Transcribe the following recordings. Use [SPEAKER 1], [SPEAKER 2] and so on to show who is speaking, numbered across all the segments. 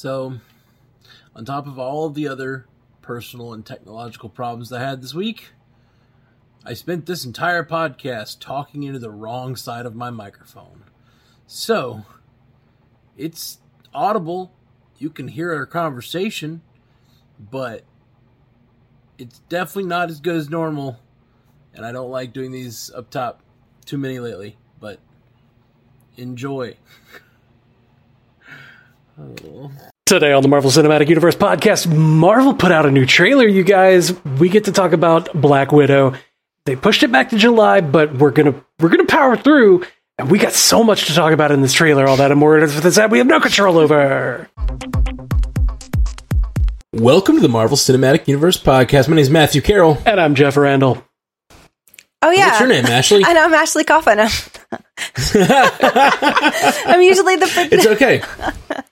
[SPEAKER 1] So, on top of all of the other personal and technological problems I had this week, I spent this entire podcast talking into the wrong side of my microphone. So, it's audible. You can hear our conversation, but it's definitely not as good as normal. And I don't like doing these up top too many lately, but enjoy. oh.
[SPEAKER 2] Today on the Marvel Cinematic Universe podcast, Marvel put out a new trailer, you guys. We get to talk about Black Widow. They pushed it back to July, but we're gonna we're gonna power through. And we got so much to talk about in this trailer, all that and more it is with this ad we have no control over.
[SPEAKER 1] Welcome to the Marvel Cinematic Universe podcast. My name is Matthew Carroll.
[SPEAKER 2] And I'm Jeff Randall.
[SPEAKER 3] Oh yeah.
[SPEAKER 1] What's your name, Ashley?
[SPEAKER 3] And I'm Ashley Coffin. I'm, I'm usually the. pro-
[SPEAKER 1] It's okay.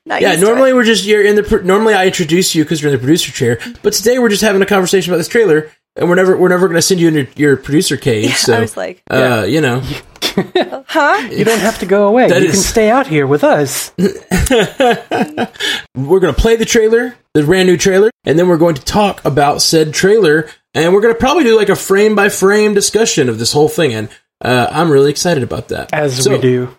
[SPEAKER 3] not
[SPEAKER 1] Yeah,
[SPEAKER 3] used to
[SPEAKER 1] normally
[SPEAKER 3] it.
[SPEAKER 1] we're just you're in the pr- normally I introduce you because you're in the producer chair, but today we're just having a conversation about this trailer, and we're never we're never going to send you into your producer cave. so
[SPEAKER 3] I was like,
[SPEAKER 1] uh, you know,
[SPEAKER 3] huh?
[SPEAKER 2] You don't have to go away.
[SPEAKER 1] That
[SPEAKER 2] you
[SPEAKER 1] is-
[SPEAKER 2] can stay out here with us.
[SPEAKER 1] we're going to play the trailer, the brand new trailer, and then we're going to talk about said trailer, and we're going to probably do like a frame by frame discussion of this whole thing, and uh, I'm really excited about that.
[SPEAKER 2] As
[SPEAKER 1] So,
[SPEAKER 2] we do.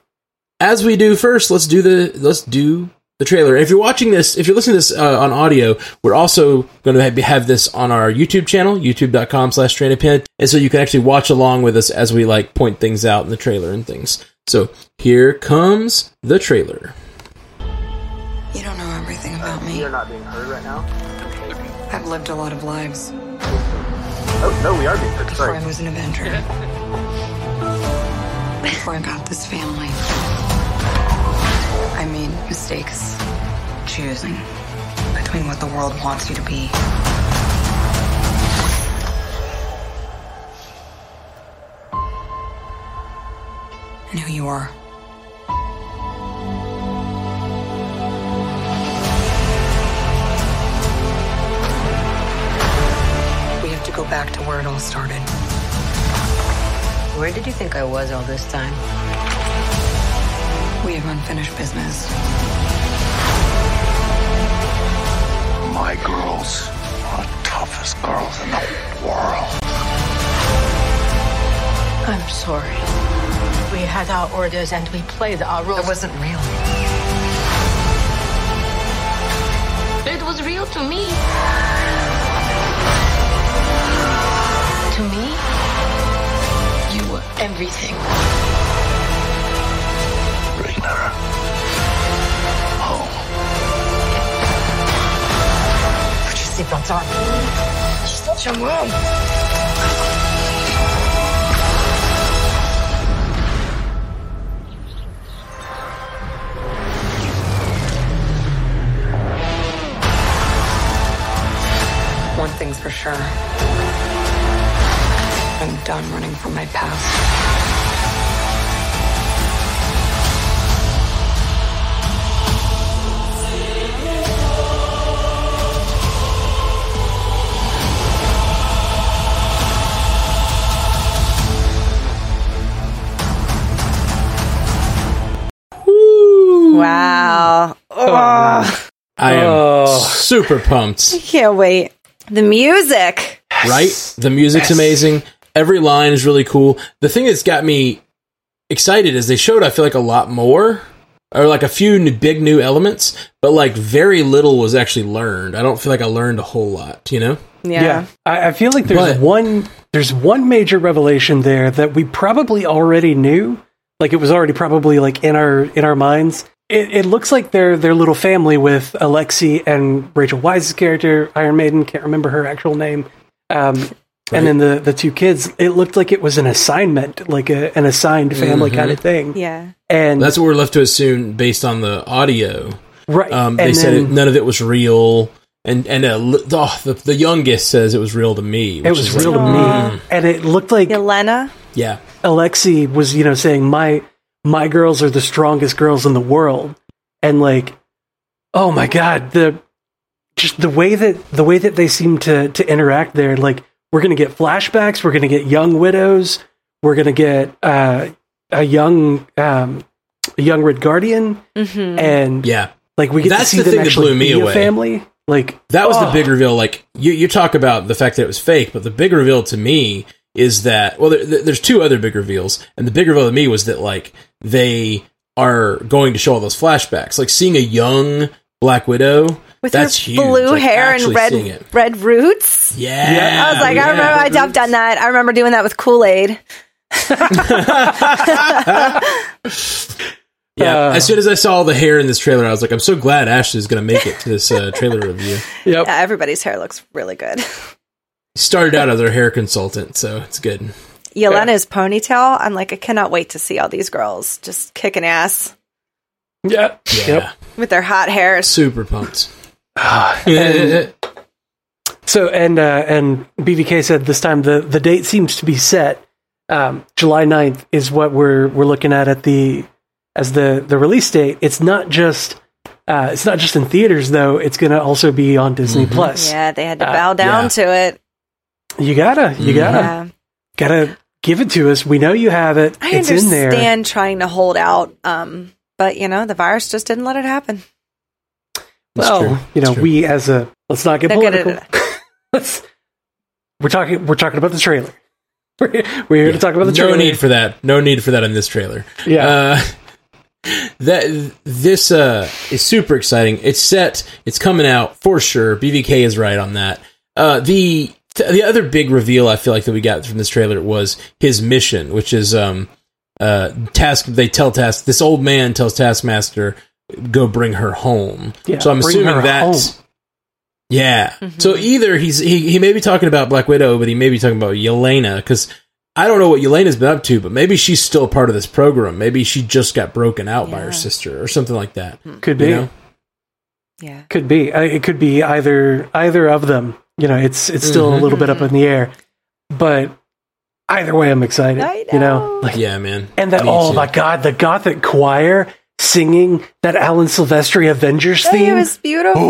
[SPEAKER 1] as we do first, let's do the let's do the trailer. If you're watching this, if you're listening to this uh, on audio, we're also going to have, have this on our YouTube channel, youtube.com slash Train a Pin, and so you can actually watch along with us as we like point things out in the trailer and things. So here comes the trailer.
[SPEAKER 4] You don't know everything about me.
[SPEAKER 5] We are Uh, not being heard right now.
[SPEAKER 4] I've lived a lot of lives
[SPEAKER 5] Oh, no, we are being heard.
[SPEAKER 4] before
[SPEAKER 5] Sorry.
[SPEAKER 4] I was an Avenger. before I got this family. I made mistakes. Choosing between what the world wants you to be. And who you are. We have to go back to where it all started.
[SPEAKER 6] Where did you think I was all this time?
[SPEAKER 4] We have unfinished business.
[SPEAKER 7] My girls are the toughest girls in the whole world.
[SPEAKER 6] I'm sorry. We had our orders and we played our roles.
[SPEAKER 4] It wasn't real.
[SPEAKER 8] It was real to me. To me, you were everything.
[SPEAKER 7] Bring her home.
[SPEAKER 4] Put your seatbelts on. She's not your mom. One thing's for sure. I'm done running from my past.
[SPEAKER 3] Wow. Oh,
[SPEAKER 1] I am
[SPEAKER 2] Oh.
[SPEAKER 1] super pumped.
[SPEAKER 3] can't wait. The music.
[SPEAKER 1] right? The music's amazing. Every line is really cool. The thing that's got me excited is they showed, I feel like, a lot more, or like a few new, big new elements, but like very little was actually learned. I don't feel like I learned a whole lot, you know?
[SPEAKER 3] Yeah.
[SPEAKER 2] I, I feel like there's
[SPEAKER 1] But-
[SPEAKER 2] one there's one major revelation there that we probably already knew. Like it was already probably like in our in our minds. It, it looks like their their little family with Alexi and Rachel Wise's character, Iron Maiden, can't remember her actual name. Um, And then the the two kids. It looked like it was an assignment, like a, an assigned family kind of thing.
[SPEAKER 3] Yeah.
[SPEAKER 2] And
[SPEAKER 1] Mm-hmm. That's what we're left to assume based on the audio.
[SPEAKER 2] right.
[SPEAKER 1] Um,
[SPEAKER 2] and
[SPEAKER 1] they said it,
[SPEAKER 2] then-
[SPEAKER 1] none of it was real. And and uh, li- oh, the, the youngest says it was real to me.
[SPEAKER 2] it
[SPEAKER 1] which
[SPEAKER 2] was
[SPEAKER 1] is like-
[SPEAKER 2] real to me, and it looked like
[SPEAKER 3] Yelena.
[SPEAKER 1] Yeah.
[SPEAKER 2] Alexi was, you know, saying my my girls are the strongest girls in the world, and like, oh my god, the just the way that the way that they seem to to interact there, like we're gonna get flashbacks, we're gonna get young widows, we're gonna get uh, a young um, a young Red Guardian, and
[SPEAKER 1] Yeah.
[SPEAKER 2] Like we get
[SPEAKER 1] That's
[SPEAKER 2] to see
[SPEAKER 1] the
[SPEAKER 2] them
[SPEAKER 1] thing that
[SPEAKER 2] actually
[SPEAKER 1] blew me
[SPEAKER 2] be
[SPEAKER 1] away.
[SPEAKER 2] a family. Like
[SPEAKER 1] That was
[SPEAKER 2] oh,
[SPEAKER 1] the big reveal. Like you, you talk about the fact that it was fake, but the big reveal to me is that well, there, there- there's two other big reveals, and the big reveal to me was that like they are going to show all those flashbacks, like seeing a young Black Widow
[SPEAKER 3] With
[SPEAKER 1] that's
[SPEAKER 3] her
[SPEAKER 1] huge.
[SPEAKER 3] blue
[SPEAKER 1] like,
[SPEAKER 3] hair and
[SPEAKER 1] actually
[SPEAKER 3] red
[SPEAKER 1] seeing it.
[SPEAKER 3] red roots.
[SPEAKER 1] Yeah,
[SPEAKER 3] I was like, I remember
[SPEAKER 1] yeah.
[SPEAKER 3] my dad done that. I remember doing that with Kool Aid.
[SPEAKER 1] Yeah,
[SPEAKER 2] Uh.
[SPEAKER 1] as soon as I saw the hair in this trailer, I was like, I'm so glad Ashley's going to make it to this uh, trailer review.
[SPEAKER 2] Yep.
[SPEAKER 3] Yeah, Uh, everybody's hair looks really good.
[SPEAKER 1] Started out as our hair consultant, so it's good.
[SPEAKER 3] Yelena's ponytail. I'm like, I cannot wait to see all these girls just kicking ass
[SPEAKER 2] Yeah.
[SPEAKER 1] Yeah,
[SPEAKER 2] Yep.
[SPEAKER 3] with their hot hairs.
[SPEAKER 1] super pumped.
[SPEAKER 2] So and uh, and BVK said this time the the date seems to be set. Um, July 9th is what we're we're looking at at the as the the release date. It's not just uh, it's not just in theaters though. It's going to also be on Disney Plus.
[SPEAKER 3] Mm-hmm. Yeah, they had to
[SPEAKER 2] Uh,
[SPEAKER 3] bow down
[SPEAKER 1] yeah. Uh-huh.
[SPEAKER 3] to it.
[SPEAKER 2] You gotta you gotta
[SPEAKER 3] Mm-hmm. Yeah.
[SPEAKER 2] gotta give it to us. We know you have it.
[SPEAKER 3] I
[SPEAKER 2] it's in there.
[SPEAKER 3] understand trying to hold out, um, but you know, the virus just didn't let it happen.
[SPEAKER 1] That's
[SPEAKER 2] well,
[SPEAKER 1] true.
[SPEAKER 2] you know,
[SPEAKER 1] That's true.
[SPEAKER 2] we as a let's not get
[SPEAKER 3] Look at it.
[SPEAKER 2] political. let's, we're talking. We're talking about the trailer. We're here, we're here to talk about the trailer.
[SPEAKER 1] No need for that. No need for that in this trailer.
[SPEAKER 2] Yeah.
[SPEAKER 1] Uh, that this uh, is super exciting. It's set. It's coming out for sure. BVK is right on that. Uh, the the other big reveal I feel like that we got from this trailer was his mission, which is um, uh, task. They tell task. This old man tells Taskmaster, "Go bring her home."
[SPEAKER 2] Yeah,
[SPEAKER 1] so I'm
[SPEAKER 2] bring
[SPEAKER 1] assuming
[SPEAKER 2] her
[SPEAKER 1] that's.
[SPEAKER 2] home.
[SPEAKER 1] Yeah. So either he's he, he may be talking about Black Widow, but he may be talking about Yelena because I don't know what Yelena's been up to, but maybe she's still part of this program. Maybe she just got broken out by her sister or something like that.
[SPEAKER 2] could be.
[SPEAKER 1] You know?
[SPEAKER 3] Yeah.
[SPEAKER 2] Could be. I- It could be either either of them. You know, it's it's still
[SPEAKER 3] Mm-hmm.
[SPEAKER 2] a little bit up in the air, but either way, I'm excited.
[SPEAKER 3] I
[SPEAKER 2] You
[SPEAKER 3] know.
[SPEAKER 2] know, like
[SPEAKER 1] Yeah, man.
[SPEAKER 2] and that.
[SPEAKER 1] Me
[SPEAKER 2] Oh
[SPEAKER 1] too.
[SPEAKER 2] my God, the Gothic choir singing that Alan Silvestri Avengers theme.
[SPEAKER 3] It was beautiful.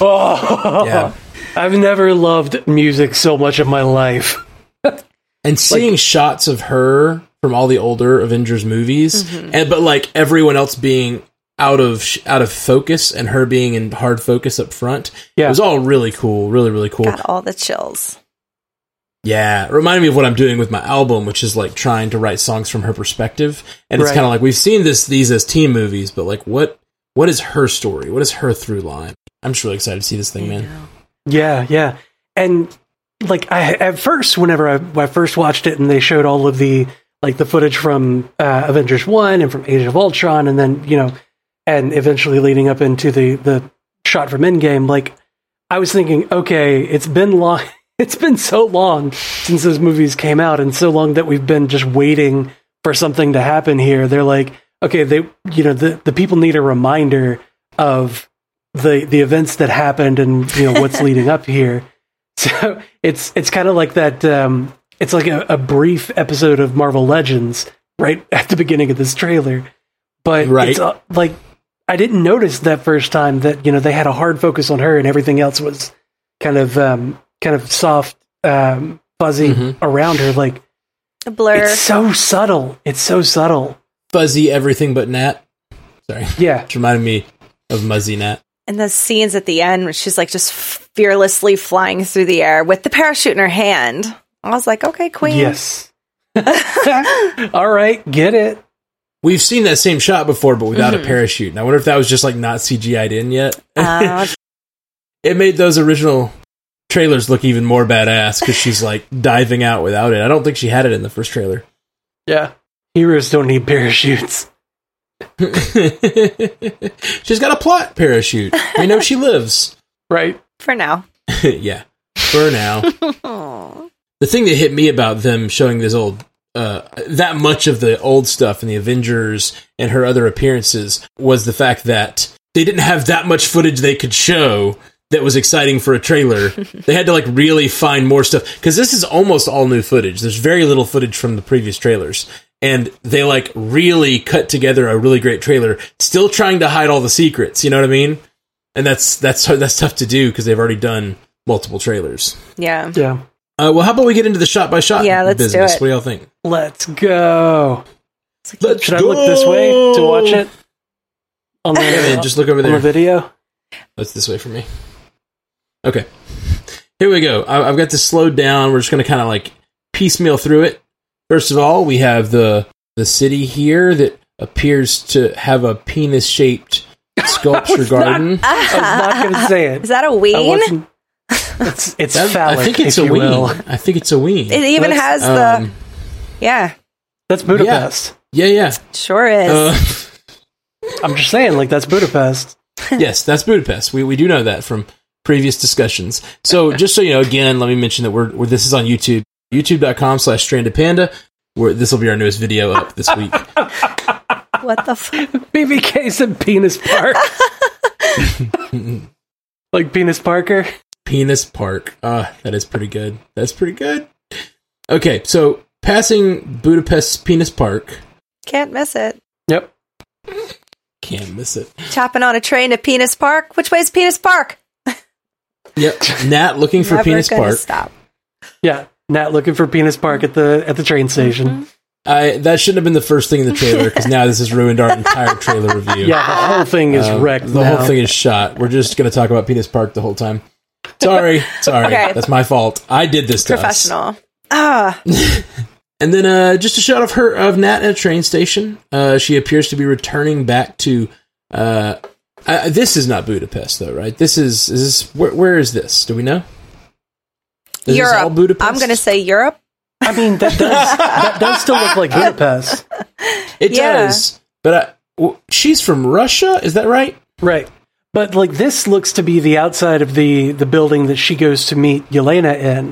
[SPEAKER 2] oh,
[SPEAKER 1] Yeah.
[SPEAKER 2] I've never loved music so much in my life.
[SPEAKER 1] And seeing shots of her from all the older Avengers movies, and but like everyone else being out of sh- out of focus and her being in hard focus up front, it
[SPEAKER 2] Yeah.
[SPEAKER 1] was all really cool, really really cool.
[SPEAKER 3] Got all the chills.
[SPEAKER 1] Yeah, it reminded me of what I'm doing with my album, which is like trying to write songs from her perspective, and it's
[SPEAKER 2] Right.
[SPEAKER 1] kind of like we've seen this these as teen movies, but like what what is her story? What is her through line? I'm just really excited to see this thing, man.
[SPEAKER 2] Yeah, yeah. And like I at first whenever I, when I first watched it and they showed all of the like the footage from uh, Avengers 1 and from Age of Ultron and then, you know, and eventually leading up into the the shot from Endgame like I was thinking, okay, it's been long it's been so long since those movies came out and so long that we've been just waiting for something to happen here. They're like, okay, they you know, the the people need a reminder of the the events that happened and you know what's leading up here. So it's it's kind of like that. Um, it's like a, a brief episode of Marvel Legends right at the beginning of this trailer, but
[SPEAKER 1] Right.
[SPEAKER 2] it's uh, like I didn't notice that first time that you know they had a hard focus on her and everything else was kind of um, kind of soft, um, fuzzy around her. Like
[SPEAKER 3] A blur.
[SPEAKER 2] it's so subtle. It's so subtle.
[SPEAKER 1] Fuzzy everything but Nat. Sorry,
[SPEAKER 2] Yeah,
[SPEAKER 1] which reminded me of Muzzy Nat.
[SPEAKER 3] and the scenes at the end where she's like just fearlessly flying through the air with the parachute in her hand. I was like, okay, queen.
[SPEAKER 2] Yes. All right, get it.
[SPEAKER 1] We've seen that same shot before, but without a parachute. And I wonder if that was just like not CGI'd in yet.
[SPEAKER 3] Uh,
[SPEAKER 1] it made those original trailers look even more badass because she's like diving out without it. I don't think she had it in the first trailer.
[SPEAKER 2] Yeah. Heroes don't need parachutes.
[SPEAKER 1] She's got a plot parachute. We know she lives.
[SPEAKER 2] Right.
[SPEAKER 3] for now.
[SPEAKER 1] yeah, for now.
[SPEAKER 3] Oh.
[SPEAKER 1] the thing that hit me about them showing this old uh, that much of the old stuff in the Avengers and her other appearances was the fact that they didn't have that much footage they could show that was exciting for a trailer. they had to like really find more stuff because this is almost all new footage. There's very little footage from the previous trailers. And they like really cut together a really great trailer, still trying to hide all the secrets. You know what I mean? And that's that's that's tough to do because they've already done multiple trailers.
[SPEAKER 3] Yeah.
[SPEAKER 2] Yeah.
[SPEAKER 1] Uh, well, how about we get into the shot by shot
[SPEAKER 3] Yeah, let's do
[SPEAKER 1] business?
[SPEAKER 3] it.
[SPEAKER 1] What do y'all think?
[SPEAKER 2] Let's go.
[SPEAKER 1] Let's
[SPEAKER 2] Should I look this way to watch it? on the,
[SPEAKER 1] Hey, man, just look over
[SPEAKER 2] on the
[SPEAKER 1] there.
[SPEAKER 2] video.
[SPEAKER 1] That's this way for me. Okay. Here we go. I, I've got this slowed down. We're just going to kind of like piecemeal through it. First of all, we have the the city here that appears to have a penis shaped sculpture garden.
[SPEAKER 2] I'm not going to say
[SPEAKER 3] Is
[SPEAKER 2] it.
[SPEAKER 3] that a
[SPEAKER 2] I
[SPEAKER 3] ween?
[SPEAKER 2] wasn't- It's, it's
[SPEAKER 1] That-
[SPEAKER 2] phallic,
[SPEAKER 1] I think it's
[SPEAKER 2] if
[SPEAKER 1] a
[SPEAKER 2] you
[SPEAKER 1] ween.
[SPEAKER 2] will.
[SPEAKER 1] I think it's a ween.
[SPEAKER 3] It even has the
[SPEAKER 1] Um,
[SPEAKER 3] yeah,
[SPEAKER 2] That's Budapest.
[SPEAKER 1] yeah, yeah.
[SPEAKER 3] sure is.
[SPEAKER 1] Uh,
[SPEAKER 2] I'm just saying, like that's Budapest.
[SPEAKER 1] yes, that's Budapest. We, we do know that from previous discussions. So just so you know, again, let me mention that we're, we're this is on YouTube, youtube.com slash stranded panda. Where this will be our newest video up this week.
[SPEAKER 3] what the fuck?
[SPEAKER 2] BBK's and Penis Park. like Penis Parker.
[SPEAKER 1] Penis Park. Ah, that is pretty good. That's pretty good. Okay, so passing Budapest's Penis Park.
[SPEAKER 3] Can't miss it.
[SPEAKER 2] Yep.
[SPEAKER 1] Can't miss it.
[SPEAKER 3] Chopping on a train to Penis Park. Which way's Penis Park?
[SPEAKER 1] Yep. Nat looking for
[SPEAKER 3] Never
[SPEAKER 1] Penis
[SPEAKER 3] gonna
[SPEAKER 1] Park.
[SPEAKER 3] Stop.
[SPEAKER 2] Yeah. Nat looking for Penis Park at the at the train station.
[SPEAKER 1] I that shouldn't have been the first thing in the trailer because now this has ruined our entire trailer review.
[SPEAKER 2] Yeah, the whole thing is
[SPEAKER 1] Um,
[SPEAKER 2] wrecked.
[SPEAKER 1] The
[SPEAKER 2] now.
[SPEAKER 1] whole thing is shot. We're just going to talk about Penis Park the whole time. Sorry, sorry,
[SPEAKER 3] Okay.
[SPEAKER 1] that's my fault. I did this to us.
[SPEAKER 3] Professional. Ah,
[SPEAKER 1] And then uh, just a shot of her of Nat at a train station. Uh, she appears to be returning back to. Uh, I, I- this is not Budapest though, right? This is is this where, where is this? Do we know? Is
[SPEAKER 3] Europe.
[SPEAKER 1] This all Budapest.
[SPEAKER 3] I'm gonna say Europe.
[SPEAKER 2] I mean, that does that does still look like Budapest,
[SPEAKER 1] it
[SPEAKER 3] yeah.
[SPEAKER 1] does. But I, w- she's from Russia. Is that right?
[SPEAKER 2] right? But like this looks to be the outside of the the building that she goes to meet Yelena in.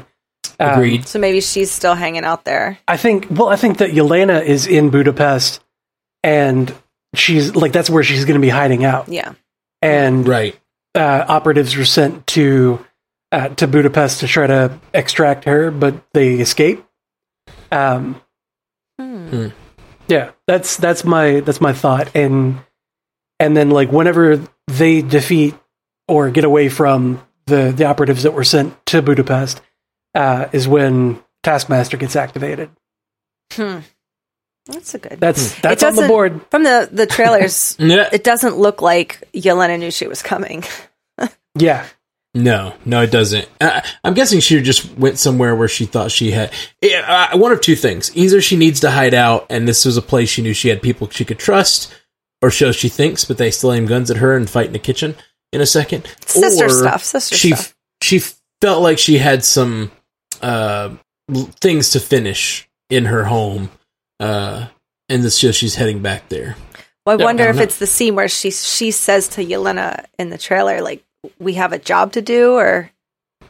[SPEAKER 2] Um,
[SPEAKER 1] Agreed.
[SPEAKER 3] So maybe she's still hanging out there.
[SPEAKER 2] I think. Well, I think that Yelena is in Budapest, and she's like that's where she's going to be hiding out.
[SPEAKER 3] Yeah.
[SPEAKER 2] And
[SPEAKER 1] right.
[SPEAKER 2] uh, operatives were sent to uh, to Budapest to try to extract her, but they escape. Um,
[SPEAKER 1] Hmm.
[SPEAKER 2] yeah, that's that's my that's my thought, and and then like whenever they defeat or get away from the the operatives that were sent to Budapest, uh, is when Taskmaster gets activated.
[SPEAKER 3] That's a good.
[SPEAKER 1] Hmm.
[SPEAKER 2] That's that's
[SPEAKER 3] It
[SPEAKER 2] on the
[SPEAKER 3] doesn't-
[SPEAKER 2] board.
[SPEAKER 3] from the the trailers.
[SPEAKER 1] Yeah.
[SPEAKER 3] it doesn't look like Yelena knew she was coming.
[SPEAKER 2] Yeah,
[SPEAKER 1] No, no, it doesn't. I, I'm guessing she just went somewhere where she thought she had yeah, uh, one of two things: either she needs to hide out, and this was a place she knew she had people she could trust, or so she thinks, but they still aim guns at her and fight in the kitchen in a second.
[SPEAKER 3] Sister
[SPEAKER 1] Or
[SPEAKER 3] stuff, sister
[SPEAKER 1] she
[SPEAKER 3] stuff.
[SPEAKER 1] she felt like she had some uh, l- things to finish in her home, uh, and this so she's heading back there.
[SPEAKER 3] Well, I
[SPEAKER 1] Yeah,
[SPEAKER 3] wonder
[SPEAKER 1] I
[SPEAKER 3] if
[SPEAKER 1] don't
[SPEAKER 3] it's the scene where she she says to Yelena in the trailer, like, "We have a job to do," or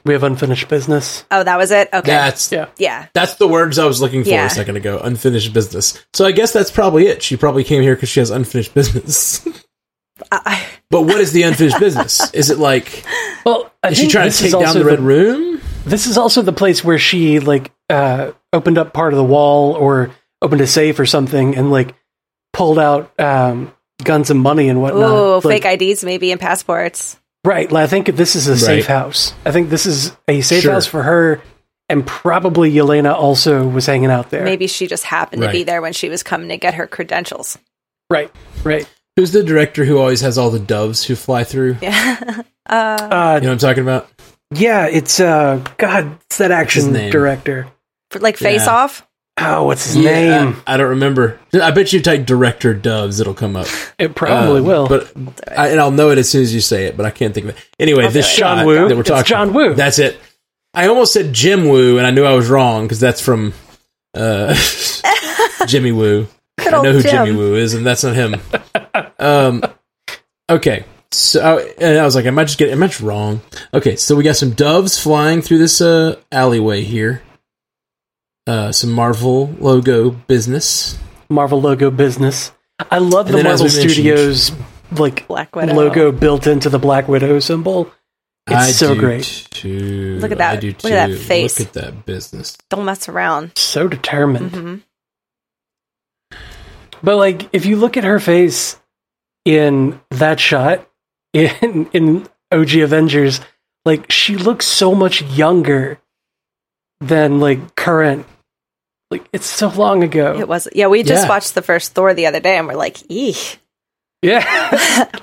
[SPEAKER 2] we have unfinished business.
[SPEAKER 3] "Oh, that was it." Okay,
[SPEAKER 1] That's
[SPEAKER 2] Yeah.
[SPEAKER 3] yeah,
[SPEAKER 1] That's the words I was looking for
[SPEAKER 3] Yeah.
[SPEAKER 1] a second ago. Unfinished business. So I guess that's probably it. She probably came here because she has unfinished business.
[SPEAKER 3] I, I-
[SPEAKER 1] but what is the unfinished business? Is it like
[SPEAKER 2] Well, I
[SPEAKER 1] is she trying to take down the red room?
[SPEAKER 2] This is also the place where she like uh, opened up part of the wall or opened a safe or something and like pulled out um, guns and money and whatnot.
[SPEAKER 3] ooh,
[SPEAKER 2] Like,
[SPEAKER 3] fake IDs maybe and passports.
[SPEAKER 2] Right. like, I think this is a safe
[SPEAKER 1] Right.
[SPEAKER 2] house. I think this is a safe
[SPEAKER 1] Sure.
[SPEAKER 2] house for her and probably Yelena also was hanging out there.
[SPEAKER 3] Maybe she just happened to be
[SPEAKER 1] Right.
[SPEAKER 3] there when she was coming to get her credentials.
[SPEAKER 2] Right. Right.
[SPEAKER 1] Who's the director who always has all the doves who fly through?
[SPEAKER 3] Yeah,
[SPEAKER 2] Uh,
[SPEAKER 1] You know what I'm talking about?
[SPEAKER 2] yeah, it's uh god, it's that
[SPEAKER 1] his
[SPEAKER 2] action
[SPEAKER 1] name?
[SPEAKER 2] director.
[SPEAKER 3] For, like face
[SPEAKER 1] Yeah.
[SPEAKER 3] off.
[SPEAKER 2] Oh, what's his name?
[SPEAKER 1] I, I don't remember. I bet you type director doves, it'll come up.
[SPEAKER 2] It probably
[SPEAKER 1] Um,
[SPEAKER 2] will.
[SPEAKER 1] But I, and I'll know it as soon as you say it, but I can't think of it. Anyway, this
[SPEAKER 2] it.
[SPEAKER 1] shot
[SPEAKER 2] John Woo.
[SPEAKER 1] that we're
[SPEAKER 2] It's
[SPEAKER 1] talking
[SPEAKER 2] John Woo.
[SPEAKER 1] That's it. I almost said Jim Woo, and I knew I was wrong because that's from uh, Jimmy Woo. I
[SPEAKER 3] old
[SPEAKER 1] know who
[SPEAKER 3] Jim.
[SPEAKER 1] Jimmy Woo is, and that's not him. um, okay. So and I was like, am I just getting? Am I just wrong? Okay, so we got some doves flying through this uh, alleyway here. Uh, some Marvel logo business.
[SPEAKER 2] Marvel logo business. I love
[SPEAKER 1] And
[SPEAKER 2] the
[SPEAKER 1] then as
[SPEAKER 2] Marvel
[SPEAKER 1] we mentioned-
[SPEAKER 2] Studios like
[SPEAKER 3] Black Widow.
[SPEAKER 2] logo built into the Black Widow symbol. It's
[SPEAKER 1] I
[SPEAKER 2] so
[SPEAKER 1] do
[SPEAKER 2] great,
[SPEAKER 1] too.
[SPEAKER 3] Look at that-
[SPEAKER 1] I do
[SPEAKER 3] look at that
[SPEAKER 1] too.
[SPEAKER 3] face.
[SPEAKER 1] Look at that business.
[SPEAKER 3] Don't mess around.
[SPEAKER 2] so determined.
[SPEAKER 3] Mhm. Mm-hmm.
[SPEAKER 2] But like, if you look at her face in that shot in in OG Avengers, like she looks so much younger than like current. Like it's so long ago. Oh.
[SPEAKER 3] It was yeah. We just
[SPEAKER 1] Yeah.
[SPEAKER 3] watched the first Thor the other day, and we're like, "Eek,
[SPEAKER 2] Yeah.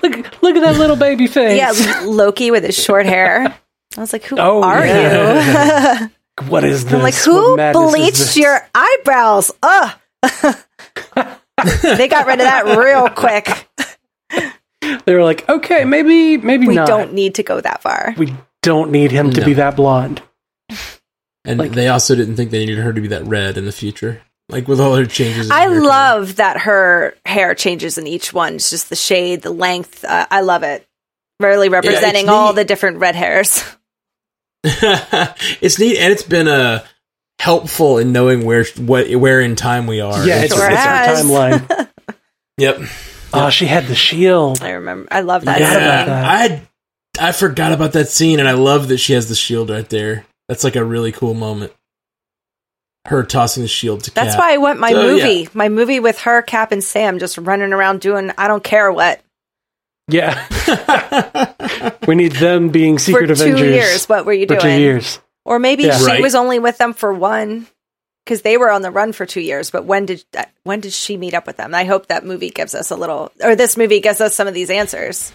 [SPEAKER 2] look look at that little baby face.
[SPEAKER 3] Yeah, Loki with his short hair. I was like, who
[SPEAKER 2] Oh,
[SPEAKER 3] are
[SPEAKER 2] yeah.
[SPEAKER 3] you?
[SPEAKER 2] What is this?
[SPEAKER 3] I'm like,
[SPEAKER 2] What
[SPEAKER 3] who
[SPEAKER 2] madness is
[SPEAKER 3] bleached
[SPEAKER 2] this?
[SPEAKER 3] your eyebrows? Ugh. they got rid of that real quick.
[SPEAKER 2] They were like, okay, maybe maybe
[SPEAKER 3] We
[SPEAKER 2] not.
[SPEAKER 3] don't need to go that far.
[SPEAKER 2] we don't need him to
[SPEAKER 1] No.
[SPEAKER 2] be that blonde.
[SPEAKER 1] And they also didn't think they needed her to be that red in the future. Like with all her changes. in
[SPEAKER 3] I
[SPEAKER 1] hair color.
[SPEAKER 3] love that her hair changes in each one. It's just the shade, the length. Uh, I love it. Really representing all
[SPEAKER 1] neat.
[SPEAKER 3] the different red hairs.
[SPEAKER 1] it's neat, and it's been uh, helpful in knowing where what where in time we are.
[SPEAKER 2] Yeah, it's,
[SPEAKER 3] Sure
[SPEAKER 2] it's our
[SPEAKER 3] has.
[SPEAKER 2] timeline.
[SPEAKER 1] yep.
[SPEAKER 2] oh, she had the shield.
[SPEAKER 3] I remember. I love that.
[SPEAKER 2] Yeah.
[SPEAKER 3] scene.
[SPEAKER 2] about that.
[SPEAKER 1] I had- I forgot about that scene, and I love that she has the shield right there. That's like a really cool moment. Her tossing the shield to
[SPEAKER 3] That's
[SPEAKER 1] Cap.
[SPEAKER 3] why I want my
[SPEAKER 1] So,
[SPEAKER 3] movie.
[SPEAKER 1] yeah.
[SPEAKER 3] My movie with her, Cap, and Sam just running around doing I don't care what
[SPEAKER 2] Yeah. we need them being secret
[SPEAKER 3] for
[SPEAKER 2] Avengers.
[SPEAKER 3] two years. What were you
[SPEAKER 2] for
[SPEAKER 3] doing?
[SPEAKER 2] two years.
[SPEAKER 3] Or maybe
[SPEAKER 2] Yeah.
[SPEAKER 3] she
[SPEAKER 1] Right.
[SPEAKER 3] was only with them for one because they were on the run for two years. But when did that- when did she meet up with them? I hope that movie gives us a little, or this movie gives us some of these answers.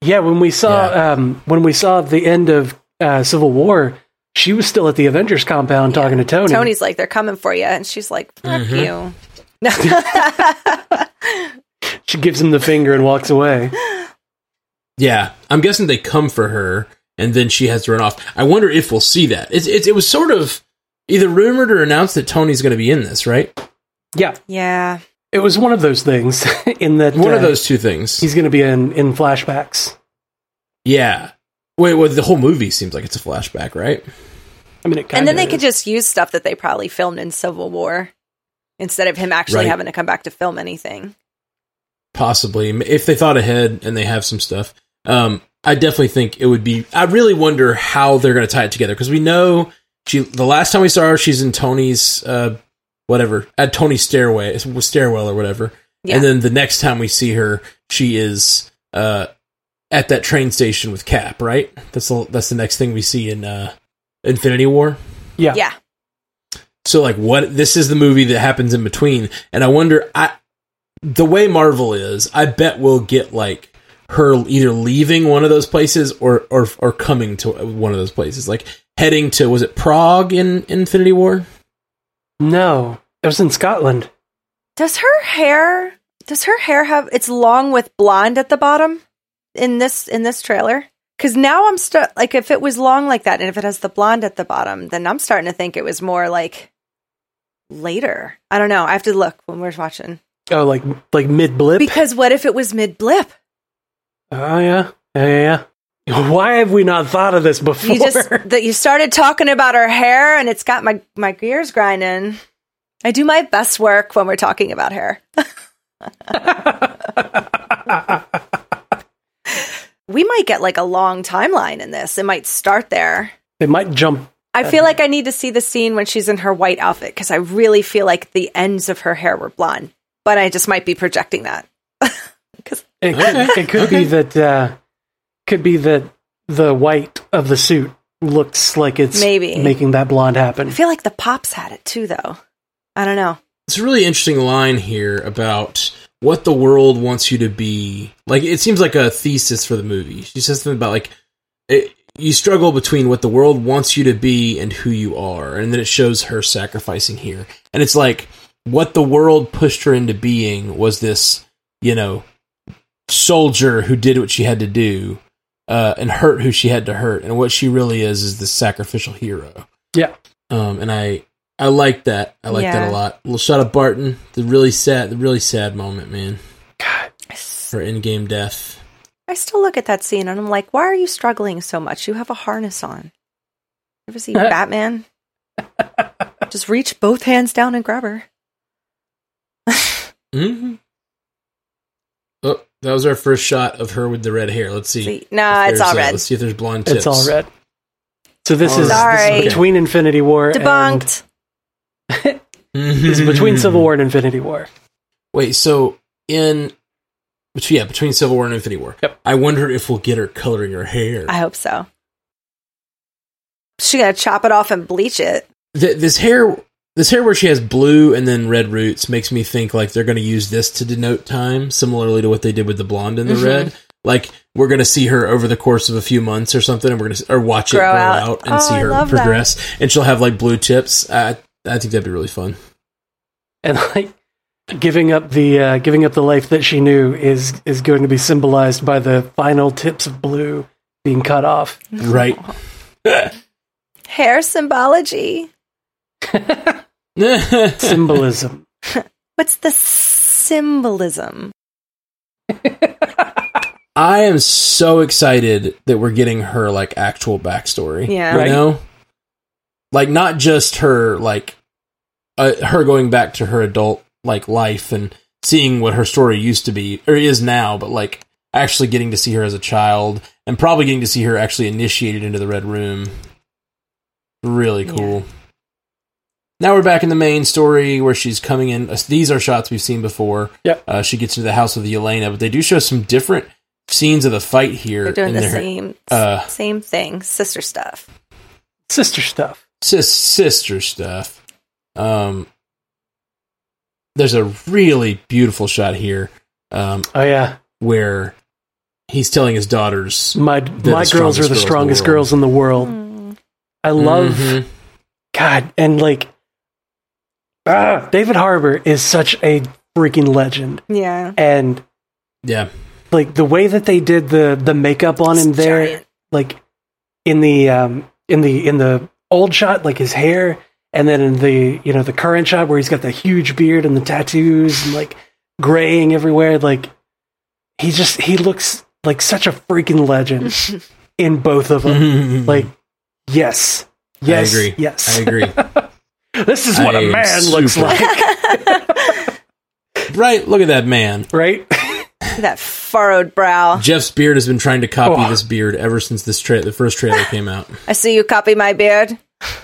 [SPEAKER 2] Yeah, when we saw um, when we saw the end of uh, Civil War, she was still at the Avengers compound talking to Tony.
[SPEAKER 3] Tony's like, they're coming for you, and she's like, fuck
[SPEAKER 1] Mm-hmm.
[SPEAKER 3] you.
[SPEAKER 2] She gives him the finger and walks away.
[SPEAKER 1] Yeah, I'm guessing they come for her, and then she has to run off. I wonder if we'll see that. It's, it's, it was sort of either rumored or announced that Tony's going to be in this, right?
[SPEAKER 2] Yeah,
[SPEAKER 3] Yeah,
[SPEAKER 2] it was one of those things. in that
[SPEAKER 1] One
[SPEAKER 2] uh,
[SPEAKER 1] of those two things.
[SPEAKER 2] he's going to be in in flashbacks.
[SPEAKER 1] yeah. Wait, well, the whole movie seems like it's a flashback, right?
[SPEAKER 2] I mean, it
[SPEAKER 3] and
[SPEAKER 2] kinda
[SPEAKER 3] then they
[SPEAKER 2] is.
[SPEAKER 3] could just use stuff that they probably filmed in Civil War instead of him actually
[SPEAKER 1] Right.
[SPEAKER 3] having to come back to film anything.
[SPEAKER 1] Possibly, M- if they thought ahead and they have some stuff. Um, I definitely think it would be. I really wonder how they're going to tie it together because we know she. The last time we saw her, she's in Tony's uh, whatever at Tony's stairway, stairwell or whatever.
[SPEAKER 3] Yeah.
[SPEAKER 1] And then the next time we see her, she is uh, at that train station with Cap. Right. That's the, that's the next thing we see in uh, Infinity War.
[SPEAKER 2] yeah.
[SPEAKER 3] yeah.
[SPEAKER 1] So like what this is the movie that happens in between and I wonder I the way Marvel is, I bet we'll get like her either leaving one of those places or or or coming to one of those places. Like heading to was it Prague in Infinity War?
[SPEAKER 2] No, it was in Scotland.
[SPEAKER 3] Does her hair does her hair have it's long with blonde at the bottom in this in this trailer? Cuz now I'm stu like if it was long like that and if it has the blonde at the bottom, then I'm starting to think it was more like later. I don't know. I have to look when we're watching.
[SPEAKER 2] Oh, like like mid blip.
[SPEAKER 3] Because what if it was mid blip?
[SPEAKER 2] oh yeah, yeah, yeah. yeah. Why have we not thought of this before?
[SPEAKER 3] You just that you started talking about her hair and it's got my my gears grinding. I do my best work when we're talking about hair. we might get like a long timeline in this. It might start there.
[SPEAKER 2] they might jump.
[SPEAKER 3] I feel like I need to see the scene when she's in her white outfit because I really feel like the ends of her hair were blonde, but I just might be projecting that.
[SPEAKER 2] It could, it could be that. Uh, could be that the white of the suit looks like it's
[SPEAKER 3] Maybe.
[SPEAKER 2] making that blonde
[SPEAKER 3] I
[SPEAKER 2] happen.
[SPEAKER 3] feel like the pops had it too, though. I don't know.
[SPEAKER 1] It's a really interesting line here about what the world wants you to be. Like it seems like a thesis for the movie. She says something about like it, you struggle between what the world wants you to be and who you are, and then it shows her sacrificing here. And it's like what the world pushed her into being was this, you know, soldier who did what she had to do uh, and hurt who she had to hurt, and what she really is is this sacrificial hero.
[SPEAKER 2] Yeah.
[SPEAKER 1] Um, and I I like that. I like that a
[SPEAKER 3] Yeah.
[SPEAKER 1] lot. Little shot of Barton. The really sad, the really sad moment, man. Her in-game death.
[SPEAKER 3] I still look at that scene and I'm like, why are you struggling so much? You have a harness on. Ever see Batman? Just reach both hands down and grab her.
[SPEAKER 1] hmm Oh, that was our first shot of her with the red hair. Let's see.
[SPEAKER 3] See, nah,
[SPEAKER 1] if
[SPEAKER 3] it's
[SPEAKER 1] there's,
[SPEAKER 3] all
[SPEAKER 1] uh,
[SPEAKER 3] red.
[SPEAKER 1] Let's see if there's blonde tips.
[SPEAKER 2] It's all red. So this
[SPEAKER 1] All
[SPEAKER 2] is, this
[SPEAKER 3] right.
[SPEAKER 2] is
[SPEAKER 3] Sorry.
[SPEAKER 2] between Infinity War and
[SPEAKER 3] Debunked.
[SPEAKER 2] this is between Civil War and Infinity War.
[SPEAKER 1] Wait, so in bet- yeah, between Civil War and Infinity War.
[SPEAKER 2] Yep.
[SPEAKER 1] I wonder if we'll get her coloring her hair.
[SPEAKER 3] I hope so. She gonna chop it off and bleach it.
[SPEAKER 1] Th- this hair This hair where she has blue and then red roots makes me think like they're going to use this to denote time, similarly to what they did with the blonde
[SPEAKER 3] Mm-hmm.
[SPEAKER 1] and the red. Like we're going to see her over the course of a few months or something, and we're going to or watch it
[SPEAKER 3] Grow
[SPEAKER 1] grow out,
[SPEAKER 3] out.
[SPEAKER 1] and
[SPEAKER 3] Oh,
[SPEAKER 1] see
[SPEAKER 3] I
[SPEAKER 1] her
[SPEAKER 3] love that.
[SPEAKER 1] progress. And she'll have like blue tips. I I think that'd be really fun.
[SPEAKER 2] and like giving up the uh, giving up the life that she knew is is going to be symbolized by the final tips of blue being cut off.
[SPEAKER 1] Right.
[SPEAKER 3] Hair symbology.
[SPEAKER 2] Symbolism.
[SPEAKER 3] What's the symbolism?
[SPEAKER 1] I am so excited that we're getting her like actual backstory.
[SPEAKER 3] Yeah.
[SPEAKER 1] you
[SPEAKER 2] Right.
[SPEAKER 1] know, like not just her like uh, her going back to her adult like life and seeing what her story used to be or is now, but like actually getting to see her as a child and probably getting to see her actually initiated into the Red Room. Really cool. Now we're back in the main story where she's coming in. Uh, These are shots we've seen before.
[SPEAKER 2] Yep.
[SPEAKER 1] Uh, she gets into the house with the Elena, but they do show some different scenes of the fight here.
[SPEAKER 3] They're doing
[SPEAKER 1] in
[SPEAKER 3] the
[SPEAKER 1] their-
[SPEAKER 3] same
[SPEAKER 1] uh,
[SPEAKER 3] same thing, sister stuff.
[SPEAKER 2] Sister stuff.
[SPEAKER 1] sis- sister stuff. Um, there's a really beautiful shot here um,
[SPEAKER 2] Oh yeah.
[SPEAKER 1] where he's telling his daughters.
[SPEAKER 2] My
[SPEAKER 1] the
[SPEAKER 2] my girls
[SPEAKER 1] strongest
[SPEAKER 2] are the
[SPEAKER 1] girls in the
[SPEAKER 2] strongest
[SPEAKER 1] world.
[SPEAKER 2] girls in the world.
[SPEAKER 3] Mm.
[SPEAKER 2] I love
[SPEAKER 1] Mhm.
[SPEAKER 2] God and like ah, David Harbour is such a freaking legend.
[SPEAKER 3] Yeah.
[SPEAKER 2] And
[SPEAKER 1] Yeah,
[SPEAKER 2] like the way that they did the the makeup on him
[SPEAKER 3] It's
[SPEAKER 2] there
[SPEAKER 3] giant.
[SPEAKER 2] like in the um in the in the old shot like his hair and then in the you know the current shot where he's got the huge beard and the tattoos and like graying everywhere like he just he looks like such a freaking legend in both of them like yes yes
[SPEAKER 1] I agree.
[SPEAKER 2] yes
[SPEAKER 1] I agree.
[SPEAKER 2] this is what
[SPEAKER 1] I
[SPEAKER 2] a
[SPEAKER 1] am
[SPEAKER 2] man looks
[SPEAKER 1] super-
[SPEAKER 2] like
[SPEAKER 1] right, look at that man.
[SPEAKER 2] right
[SPEAKER 3] that furrowed brow.
[SPEAKER 1] Jeff's beard has been trying to copy
[SPEAKER 2] Oh.
[SPEAKER 1] this beard ever since this tra- the first trailer came out.
[SPEAKER 3] I see you copy my beard.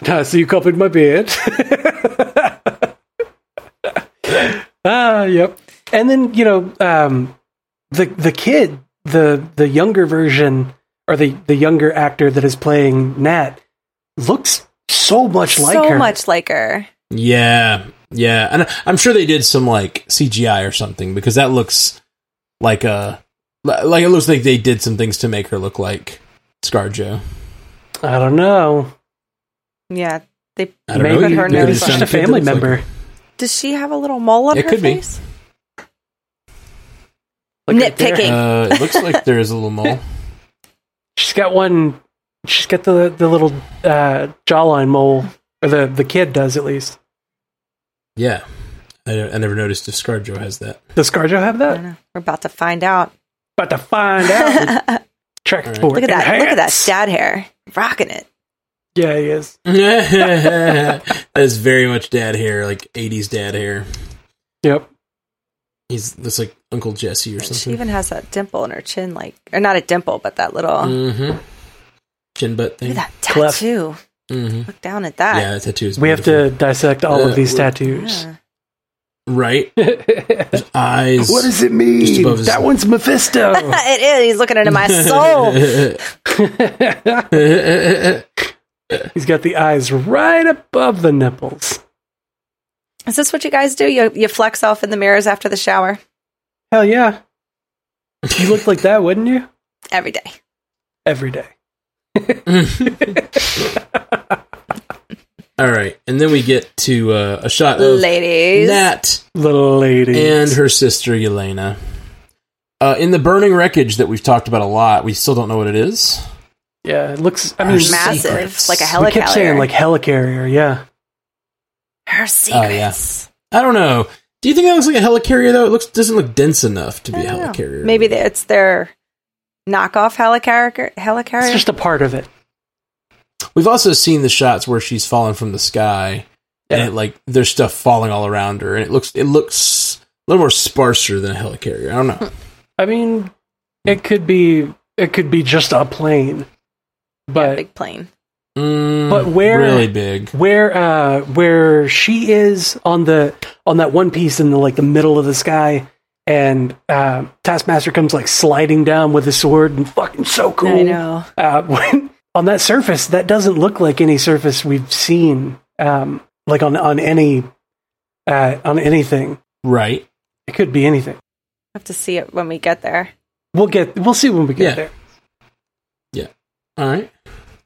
[SPEAKER 2] Ah, so you copied my beard. ah, yep. And then you know, um, the the kid, the the younger version, or the the younger actor that is playing Nat, looks so much like
[SPEAKER 3] so
[SPEAKER 2] her.
[SPEAKER 3] much like her.
[SPEAKER 1] Yeah, yeah, and I'm sure they did some like CGI or something because that looks like a li- like it looks like they did some things to make her look like ScarJo.
[SPEAKER 2] I don't know.
[SPEAKER 3] Yeah. They
[SPEAKER 1] I don't
[SPEAKER 2] Maybe
[SPEAKER 1] know.
[SPEAKER 3] But her
[SPEAKER 1] they could've
[SPEAKER 3] nose
[SPEAKER 2] maybe
[SPEAKER 3] is
[SPEAKER 1] just
[SPEAKER 2] she's
[SPEAKER 1] found
[SPEAKER 2] just
[SPEAKER 1] a
[SPEAKER 2] a
[SPEAKER 1] kid that
[SPEAKER 2] family
[SPEAKER 1] looks like
[SPEAKER 2] member.
[SPEAKER 1] her.
[SPEAKER 3] does she have a little mole on
[SPEAKER 1] It
[SPEAKER 3] her
[SPEAKER 1] could be.
[SPEAKER 3] face?
[SPEAKER 2] Like right there.
[SPEAKER 3] Nitpicking.
[SPEAKER 1] uh, it looks like there is a little mole.
[SPEAKER 2] she's got one. She's got the the little uh, jawline mole, or the the kid does at least.
[SPEAKER 1] Yeah, I, I never noticed if ScarJo has that.
[SPEAKER 2] Does ScarJo have
[SPEAKER 3] I
[SPEAKER 2] that?
[SPEAKER 3] don't know. We're about to find out.
[SPEAKER 2] About to find out. Track
[SPEAKER 1] All right.
[SPEAKER 2] four.
[SPEAKER 3] Look at that! Look at that
[SPEAKER 2] enhance.
[SPEAKER 3] dad hair, rocking it.
[SPEAKER 2] Yeah, he is.
[SPEAKER 1] that is very much dad hair, like '80s dad hair.
[SPEAKER 2] Yep.
[SPEAKER 1] He's looks like Uncle Jesse or
[SPEAKER 3] She
[SPEAKER 1] something.
[SPEAKER 3] even has that dimple in her chin, like or not a dimple, but that little.
[SPEAKER 1] Mm-hmm. Chin butt
[SPEAKER 3] Look
[SPEAKER 1] thing.
[SPEAKER 3] at that
[SPEAKER 2] Cleft.
[SPEAKER 3] tattoo.
[SPEAKER 1] Mm-hmm.
[SPEAKER 3] Look down at that.
[SPEAKER 1] Yeah, that tattoo is.
[SPEAKER 2] We have
[SPEAKER 1] beautiful.
[SPEAKER 2] to dissect all
[SPEAKER 1] Uh,
[SPEAKER 2] of these
[SPEAKER 1] we're-
[SPEAKER 2] tattoos.
[SPEAKER 3] Yeah.
[SPEAKER 1] right. His eyes.
[SPEAKER 2] What does it
[SPEAKER 1] Just
[SPEAKER 2] mean?
[SPEAKER 1] above his-
[SPEAKER 2] That one's Mephisto.
[SPEAKER 3] it is. He's looking into my soul.
[SPEAKER 2] He's got the eyes right above the nipples.
[SPEAKER 3] Is this what you guys do? You you flex off in the mirrors after the shower
[SPEAKER 2] Hell yeah. You looked like that, wouldn't you?
[SPEAKER 3] every day.
[SPEAKER 2] Every day.
[SPEAKER 1] All right, and then we get to uh, a shot of
[SPEAKER 3] Ladies,
[SPEAKER 1] Nat
[SPEAKER 2] Little lady.
[SPEAKER 1] and her sister Yelena uh, in the burning wreckage that we've talked about a lot. We still don't know what it is.
[SPEAKER 2] yeah, it looks, I
[SPEAKER 1] Her
[SPEAKER 2] mean,
[SPEAKER 1] secret.
[SPEAKER 3] massive,
[SPEAKER 1] secrets.
[SPEAKER 3] like a
[SPEAKER 2] we kept saying
[SPEAKER 3] helicarrier.
[SPEAKER 2] like helicarrier, yeah.
[SPEAKER 3] her
[SPEAKER 1] Oh, yeah.
[SPEAKER 3] secrets.
[SPEAKER 1] I don't know. Do you think that looks like a helicarrier though? It looks doesn't look dense enough to be a
[SPEAKER 3] I don't know.
[SPEAKER 1] helicarrier.
[SPEAKER 3] Maybe they- it's their knockoff helicarrier.
[SPEAKER 2] It's
[SPEAKER 3] Helicarrier.
[SPEAKER 2] just a part of it.
[SPEAKER 1] We've also seen the shots where she's falling from the sky,
[SPEAKER 2] Yeah.
[SPEAKER 1] and it, like there's stuff falling all around her, and it looks it looks a little more sparser than a helicarrier. I don't know.
[SPEAKER 2] I mean, it could be, it could be just a plane. But
[SPEAKER 3] big plane.
[SPEAKER 1] Mm,
[SPEAKER 2] Hmm. But where-
[SPEAKER 1] really big?
[SPEAKER 2] where uh where she is on the on that one piece in the like the middle of the sky and uh taskmaster comes like sliding down with his sword and fucking so cool
[SPEAKER 3] I know.
[SPEAKER 2] uh when on that surface that doesn't look like any surface we've seen um like on on any uh, on anything.
[SPEAKER 1] Right.
[SPEAKER 2] It could be anything.
[SPEAKER 3] have to see it when we get there.
[SPEAKER 2] We'll get we'll see when we get
[SPEAKER 1] Yeah.
[SPEAKER 2] there.
[SPEAKER 1] Yeah. All right.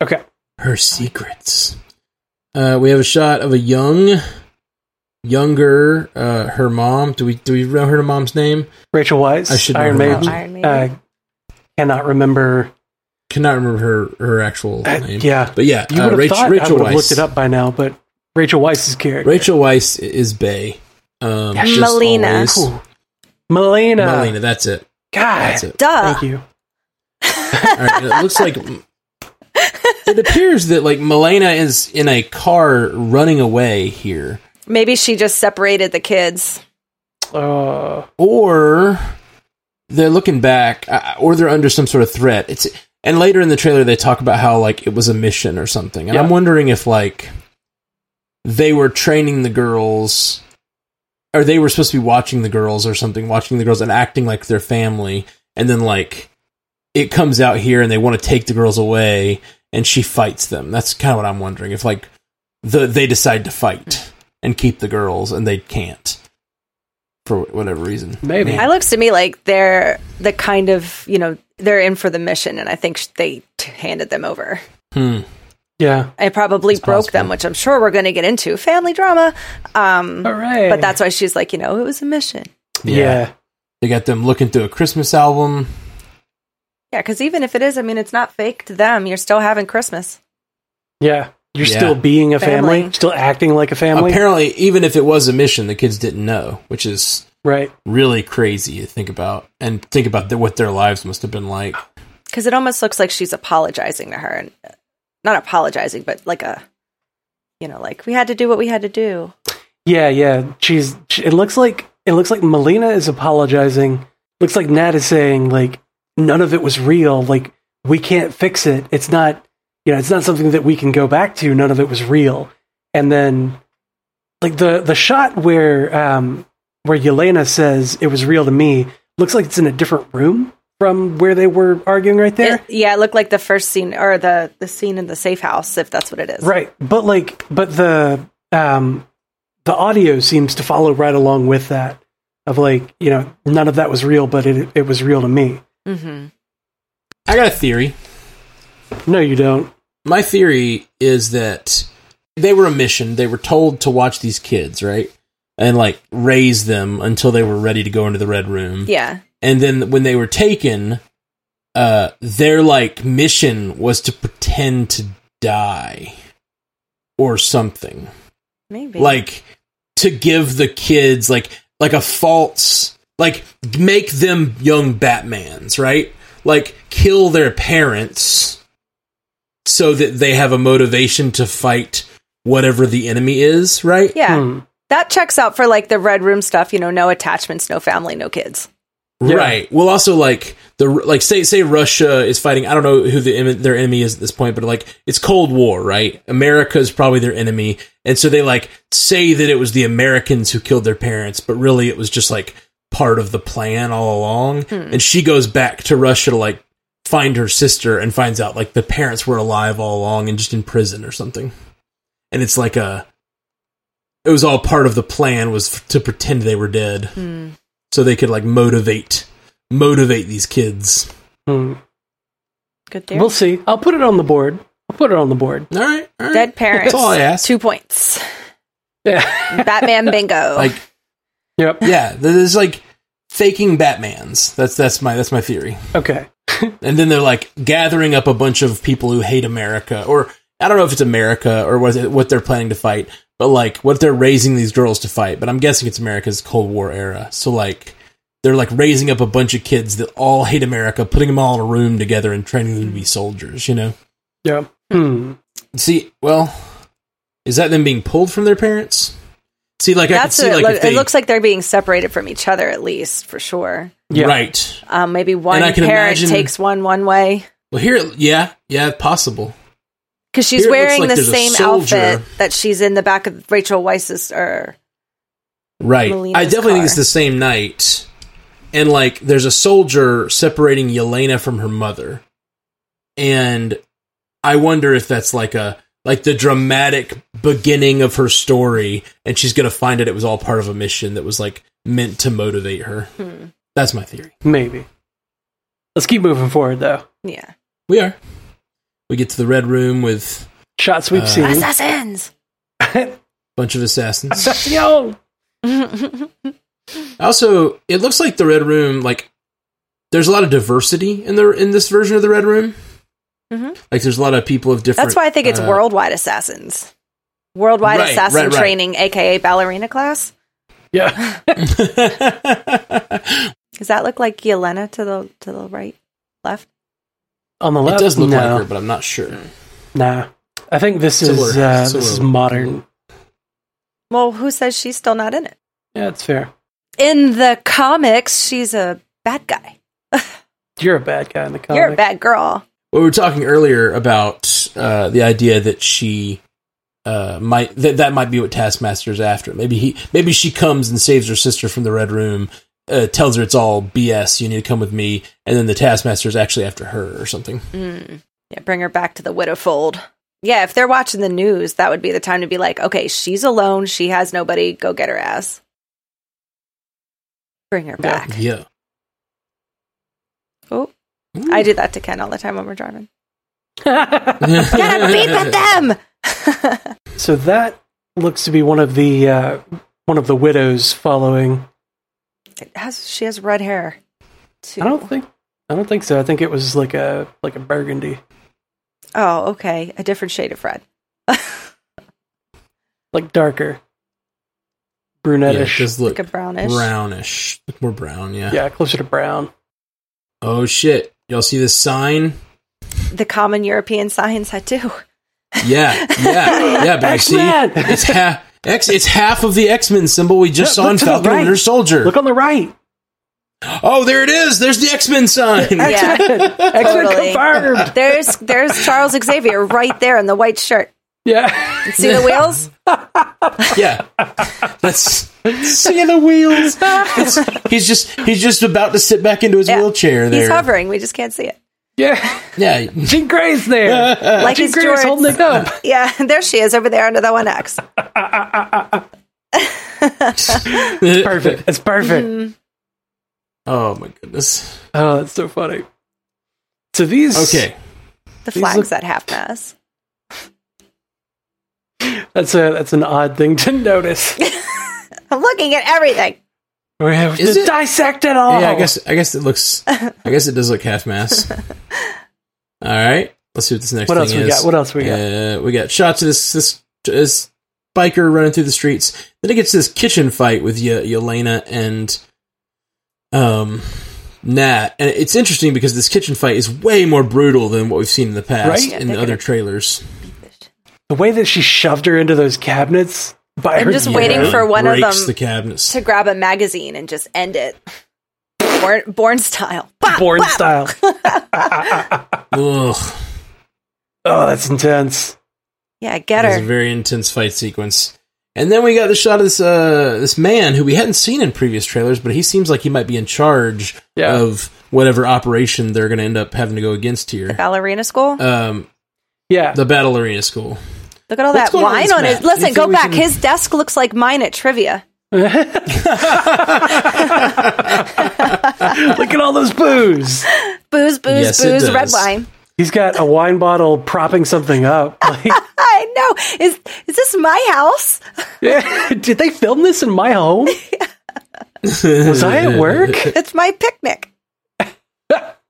[SPEAKER 2] Okay.
[SPEAKER 1] Her secrets. Uh, we have a shot of a young, younger. Uh, her mom. Do we do we know her mom's name?
[SPEAKER 2] Rachel Wise,
[SPEAKER 1] I should know
[SPEAKER 2] Iron
[SPEAKER 1] her
[SPEAKER 2] Maiden.
[SPEAKER 1] name.
[SPEAKER 3] Iron Maiden.
[SPEAKER 2] Uh, cannot remember.
[SPEAKER 1] Cannot remember her her actual
[SPEAKER 2] Uh,
[SPEAKER 1] name.
[SPEAKER 2] yeah.
[SPEAKER 1] But yeah,
[SPEAKER 2] You
[SPEAKER 1] uh,
[SPEAKER 2] would have
[SPEAKER 1] Rach-
[SPEAKER 2] thought I
[SPEAKER 1] Rachel
[SPEAKER 2] would have
[SPEAKER 1] Weisz.
[SPEAKER 2] looked it up by now, but Rachel Wise's character.
[SPEAKER 1] Rachel Weiss is Bay. Um,
[SPEAKER 2] Yeah,
[SPEAKER 1] just
[SPEAKER 3] Melina.
[SPEAKER 1] always-
[SPEAKER 2] Ooh. Melina.
[SPEAKER 1] Melina. That's it.
[SPEAKER 2] God.
[SPEAKER 1] That's it.
[SPEAKER 3] Duh.
[SPEAKER 2] Thank you.
[SPEAKER 1] All right, and it looks like it appears that like Melena is in a car running away here,
[SPEAKER 3] Maybe she just separated the kids.
[SPEAKER 2] Uh,
[SPEAKER 1] or they're looking back, uh, or they're under some sort of threat. It's and later in the trailer they talk about how like it was a mission or something, and
[SPEAKER 2] Yeah.
[SPEAKER 1] I'm wondering if like they were training the girls. Or they were supposed to be watching the girls or something, watching the girls and acting like their family, and then like it comes out here and they want to take the girls away and she fights them. That's kind of what I'm wondering. If like the they decide to fight and keep the girls and they can't for whatever reason.
[SPEAKER 2] Maybe.
[SPEAKER 3] It looks to me like they're the kind of, you know, they're in for the mission, and I think sh- they t- handed them over.
[SPEAKER 1] Hmm.
[SPEAKER 2] yeah.
[SPEAKER 3] I probably
[SPEAKER 1] It's
[SPEAKER 3] broke them,
[SPEAKER 1] possible.
[SPEAKER 3] which I'm sure we're going to get into family drama. Um,
[SPEAKER 2] All right.
[SPEAKER 3] But that's why she's like, you know, it was a mission.
[SPEAKER 2] yeah.
[SPEAKER 1] They got them looking through a Christmas album.
[SPEAKER 3] Yeah, because even if it is, I mean, it's not fake to them. You're still having Christmas.
[SPEAKER 2] Yeah. You're
[SPEAKER 1] Yeah.
[SPEAKER 2] still being a family,
[SPEAKER 3] Family.
[SPEAKER 2] still acting like a family,
[SPEAKER 1] Apparently, even if it was a mission, the kids didn't know, which is
[SPEAKER 2] right?
[SPEAKER 1] really crazy to think about and think about the, what their lives must have been like.
[SPEAKER 3] Because it almost looks like she's apologizing to her. and uh, Not apologizing, but like a, you know, like we had to do what we had to do.
[SPEAKER 2] Yeah, yeah. She's. She, it looks like it looks like Melina is apologizing. Looks like Nat is saying like none of it was real. Like we can't fix it. It's not. You know, it's not something that we can go back to. None of it was real. And then, like the the shot where um where Yelena says it was real to me looks like it's in a different room from where they were arguing right there.
[SPEAKER 3] It- yeah, it looked like the first scene or the, the scene in the safe house, if that's what it is.
[SPEAKER 2] Right, but like, but the um, the audio seems to follow right along with that of like, you know, none of that was real, but it it was real to me.
[SPEAKER 1] I got a theory.
[SPEAKER 2] No, you don't.
[SPEAKER 1] my theory is that they were a mission. They were told to watch these kids, right? And like raise them until they were ready to go into the red room.
[SPEAKER 3] Yeah.
[SPEAKER 1] And then when they were taken, uh, their like mission was to pretend to die or something
[SPEAKER 3] Maybe.
[SPEAKER 1] like to give the kids like like a false like make them young batmans right like kill their parents so that they have a motivation to fight whatever the enemy is right
[SPEAKER 3] yeah.
[SPEAKER 2] Hmm.
[SPEAKER 3] That checks out for like the Red Room stuff, you know, no attachments, no family, no kids.
[SPEAKER 2] Yeah.
[SPEAKER 1] right well also like the like say say russia is fighting i don't know who the em- their enemy is at this point but like it's cold war right america is probably their enemy and so they like say that it was the americans who killed their parents but really it was just like part of the plan all along and she goes back to russia to like find her sister and finds out like the parents were alive all along and just in prison or something and it's like a it was all part of the plan was f- to pretend they were dead so they could like motivate motivate these kids.
[SPEAKER 2] Hmm.
[SPEAKER 3] Good theory.
[SPEAKER 2] We'll see. I'll put it on the board. I'll put it on the board.
[SPEAKER 1] All right, all right.
[SPEAKER 3] Dead parents.
[SPEAKER 1] That's all I ask.
[SPEAKER 3] Two points.
[SPEAKER 2] Yeah.
[SPEAKER 3] Batman bingo.
[SPEAKER 1] Like,
[SPEAKER 2] yep.
[SPEAKER 1] yeah, there's like faking Batman's. That's that's my that's my theory.
[SPEAKER 2] Okay.
[SPEAKER 1] And then they're like gathering up a bunch of people who hate America, or I don't know if it's America or what it, what they're planning to fight, but like what they're raising these girls to fight. But I'm guessing it's America's Cold War era. So like. They're like raising up a bunch of kids that all hate America, putting them all in a room together and training them to be soldiers, you know?
[SPEAKER 2] Yeah. Hmm.
[SPEAKER 1] See, well, is that them being pulled from their parents? See, like
[SPEAKER 3] That's
[SPEAKER 1] I can
[SPEAKER 3] what
[SPEAKER 1] see,
[SPEAKER 3] it,
[SPEAKER 1] like
[SPEAKER 3] loo-
[SPEAKER 1] if they,
[SPEAKER 3] it looks like they're being separated from each other, at least for sure.
[SPEAKER 2] Yeah.
[SPEAKER 1] right.
[SPEAKER 3] Um, maybe one
[SPEAKER 1] And I
[SPEAKER 3] parent
[SPEAKER 1] can imagine-
[SPEAKER 3] takes one one way
[SPEAKER 1] Well, here, yeah, yeah, possible.
[SPEAKER 3] because she's
[SPEAKER 1] Here it looks
[SPEAKER 3] wearing
[SPEAKER 1] like
[SPEAKER 3] the
[SPEAKER 1] there's a
[SPEAKER 3] same
[SPEAKER 1] soldier.
[SPEAKER 3] outfit that she's in the back of Rachel er, Weiss's. Or
[SPEAKER 1] Right. I
[SPEAKER 3] Melina's
[SPEAKER 1] definitely think it's
[SPEAKER 3] car.
[SPEAKER 1] the same night, and like there's a soldier separating Yelena from her mother, and I wonder if that's like a like the dramatic beginning of her story, and she's gonna find out it was all part of a mission that was like meant to motivate her.
[SPEAKER 3] Hmm.
[SPEAKER 1] That's my theory.
[SPEAKER 2] Maybe. Let's keep moving forward though.
[SPEAKER 3] Yeah.
[SPEAKER 1] We are. We get to the red room with a
[SPEAKER 2] Shots we've
[SPEAKER 1] Uh,
[SPEAKER 2] seen.
[SPEAKER 3] Assassins.
[SPEAKER 1] bunch of assassins.
[SPEAKER 2] Assassino!
[SPEAKER 1] Also, it looks like the Red Room like there's a lot of diversity in the in this version of the Red Room.
[SPEAKER 3] Mhm.
[SPEAKER 1] Like there's a lot of people of different.
[SPEAKER 3] That's why I think it's
[SPEAKER 1] uh,
[SPEAKER 3] worldwide assassins. Worldwide
[SPEAKER 1] Right,
[SPEAKER 3] assassin
[SPEAKER 1] right, right.
[SPEAKER 3] training, aka ballerina class.
[SPEAKER 2] Yeah.
[SPEAKER 1] it
[SPEAKER 3] Does that look like Yelena to the to the right, left?
[SPEAKER 2] On the left.
[SPEAKER 1] does look
[SPEAKER 2] no.
[SPEAKER 1] like her, but I'm not sure.
[SPEAKER 2] Nah. I think this is
[SPEAKER 1] Similar-
[SPEAKER 2] uh,
[SPEAKER 1] similar.
[SPEAKER 2] this is modern.
[SPEAKER 3] Well, who says she's still not in it?
[SPEAKER 2] Yeah, it's fair.
[SPEAKER 3] In the comics, she's a bad guy.
[SPEAKER 2] You're a bad guy in the comic.
[SPEAKER 3] You're a bad girl.
[SPEAKER 1] Well, we were talking earlier about uh, the idea that she uh, might that that might be what Taskmaster's after. Maybe he maybe she comes and saves her sister from the Red Room. Uh, tells her it's all BS. You need to come with me, and then the Taskmaster's actually after her or something.
[SPEAKER 3] Mm. Yeah, bring her back to the widow fold. Yeah, if they're watching the news, that would be the time to be like, okay, she's alone. She has nobody. Go get her ass. Bring her back.
[SPEAKER 1] Yeah.
[SPEAKER 3] Oh, I do that to Ken all the time when we're driving. Gotta beep
[SPEAKER 1] yeah,
[SPEAKER 3] at them.
[SPEAKER 2] So that looks to be one of the uh, one of the widows following.
[SPEAKER 3] It has she has red hair. Too.
[SPEAKER 2] I don't think I don't think so. I think it was like a like a burgundy,
[SPEAKER 3] Oh, okay, a different shade of red.
[SPEAKER 2] like darker,
[SPEAKER 1] it
[SPEAKER 2] brunettish. Yeah,
[SPEAKER 1] does look
[SPEAKER 3] Like a brownish.
[SPEAKER 1] brownish. More brown, yeah.
[SPEAKER 2] closer to brown.
[SPEAKER 1] Oh shit! Y'all see this sign?
[SPEAKER 3] The common European signs I do.
[SPEAKER 1] Yeah, yeah, yeah. But you see,
[SPEAKER 2] X-Men!
[SPEAKER 1] it's half. X, it's half of the X Men symbol we just saw
[SPEAKER 2] Yeah, look
[SPEAKER 1] in
[SPEAKER 2] to the
[SPEAKER 1] Falcon and
[SPEAKER 2] right.
[SPEAKER 1] Winter Soldier.
[SPEAKER 2] Look on the right.
[SPEAKER 1] oh, there it is. There's the X Men sign.
[SPEAKER 3] Yeah.
[SPEAKER 2] X-Men
[SPEAKER 3] Totally.
[SPEAKER 2] confirmed.
[SPEAKER 3] there's there's Charles Xavier right there in the white shirt.
[SPEAKER 2] Yeah.
[SPEAKER 3] See the wheels?
[SPEAKER 1] yeah, that's see the wheels. It's- he's just he's just about to sit back into his
[SPEAKER 3] Yeah.
[SPEAKER 1] wheelchair. There,
[SPEAKER 3] He's hovering. We just can't see it.
[SPEAKER 2] Yeah.
[SPEAKER 1] yeah,
[SPEAKER 2] Jean Grey's there.
[SPEAKER 3] Like
[SPEAKER 2] Jean
[SPEAKER 3] his
[SPEAKER 2] Grey is holding
[SPEAKER 3] Jordan.
[SPEAKER 2] it up.
[SPEAKER 3] Yeah, there she is over there under the one X.
[SPEAKER 2] Perfect. It's perfect.
[SPEAKER 3] Mm-hmm.
[SPEAKER 1] Oh my goodness.
[SPEAKER 2] Oh, that's so funny. So these
[SPEAKER 1] Okay,
[SPEAKER 3] The
[SPEAKER 2] These
[SPEAKER 3] flags
[SPEAKER 2] look-
[SPEAKER 3] at half mast.
[SPEAKER 2] That's a that's an odd thing to notice.
[SPEAKER 3] I'm looking at everything.
[SPEAKER 2] We have
[SPEAKER 1] Is
[SPEAKER 2] to
[SPEAKER 1] it-
[SPEAKER 2] dissect it all.
[SPEAKER 3] Oh.
[SPEAKER 1] Yeah, I guess I guess it looks. I guess it does look half mass. All right, let's see what this next
[SPEAKER 2] What
[SPEAKER 1] thing
[SPEAKER 2] else we
[SPEAKER 1] is.
[SPEAKER 2] got? What else we got?
[SPEAKER 1] Uh, we got shots of this this this biker running through the streets. Then it gets this kitchen fight with y- Yelena and um Nat, and it's interesting because this kitchen fight is way more brutal than what we've seen in the
[SPEAKER 2] Right?
[SPEAKER 1] past
[SPEAKER 2] Yeah,
[SPEAKER 1] in the
[SPEAKER 3] they're
[SPEAKER 1] other
[SPEAKER 3] gonna-
[SPEAKER 1] trailers.
[SPEAKER 2] The way that she shoved her into those cabinets by
[SPEAKER 3] I'm
[SPEAKER 2] her
[SPEAKER 3] just waiting
[SPEAKER 1] Yeah,
[SPEAKER 3] for one of
[SPEAKER 1] breaks
[SPEAKER 3] them
[SPEAKER 1] the cabinets.
[SPEAKER 3] To grab a magazine and just end it. Born, born style. Bop,
[SPEAKER 2] born
[SPEAKER 3] bop.
[SPEAKER 2] style.
[SPEAKER 1] Ugh,
[SPEAKER 2] Oh, that's intense.
[SPEAKER 3] Yeah, get
[SPEAKER 1] that was a
[SPEAKER 3] her.
[SPEAKER 1] very intense fight sequence. And then we got the shot of this uh, this man who we hadn't seen in previous trailers, but he seems like he might be in charge
[SPEAKER 2] Yeah.
[SPEAKER 1] of whatever operation they're going to end up having to go against here.
[SPEAKER 3] Ballerina school.
[SPEAKER 1] Um,
[SPEAKER 2] Yeah.
[SPEAKER 1] The Battle Arena School.
[SPEAKER 3] Look at all
[SPEAKER 1] What's
[SPEAKER 3] that
[SPEAKER 1] going on
[SPEAKER 3] wine
[SPEAKER 1] with
[SPEAKER 3] on
[SPEAKER 1] Matt?
[SPEAKER 3] his. Listen,
[SPEAKER 1] Anything
[SPEAKER 3] go
[SPEAKER 1] we
[SPEAKER 3] back.
[SPEAKER 1] can-
[SPEAKER 3] His desk looks like mine at trivia.
[SPEAKER 2] Look at all those booze.
[SPEAKER 3] Booze, booze,
[SPEAKER 1] Yes, it
[SPEAKER 3] booze, red
[SPEAKER 1] does.
[SPEAKER 3] wine.
[SPEAKER 2] He's got a wine bottle propping something up. Like,
[SPEAKER 3] I know. Is is this my house?
[SPEAKER 2] yeah. Did they film this in my home? Was I at work?
[SPEAKER 3] It's my picnic.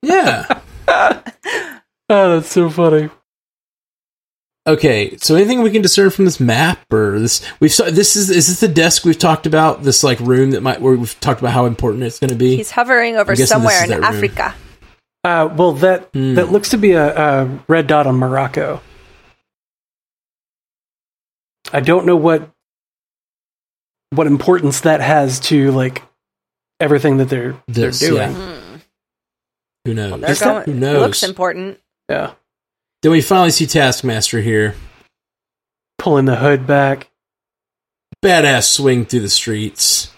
[SPEAKER 1] Yeah.
[SPEAKER 2] Oh, that's so funny.
[SPEAKER 1] Okay. So anything we can discern from this map or this we've saw this is is this the desk we've talked about this like room that might where we've talked about how important it's going to be.
[SPEAKER 3] He's hovering over
[SPEAKER 1] I'm guessing this is
[SPEAKER 3] somewhere in
[SPEAKER 1] that room.
[SPEAKER 3] Africa.
[SPEAKER 2] Uh, well, that
[SPEAKER 1] Hmm.
[SPEAKER 2] that looks to be a, a red dot on Morocco. I don't know what what importance that has to like everything that they're
[SPEAKER 1] This,
[SPEAKER 2] they're doing.
[SPEAKER 1] Who knows?
[SPEAKER 3] They're going.
[SPEAKER 1] Who knows?
[SPEAKER 3] Looks important.
[SPEAKER 2] yeah,
[SPEAKER 1] then we finally see Taskmaster here.
[SPEAKER 2] pulling the hood back.
[SPEAKER 1] Badass swing through the streets,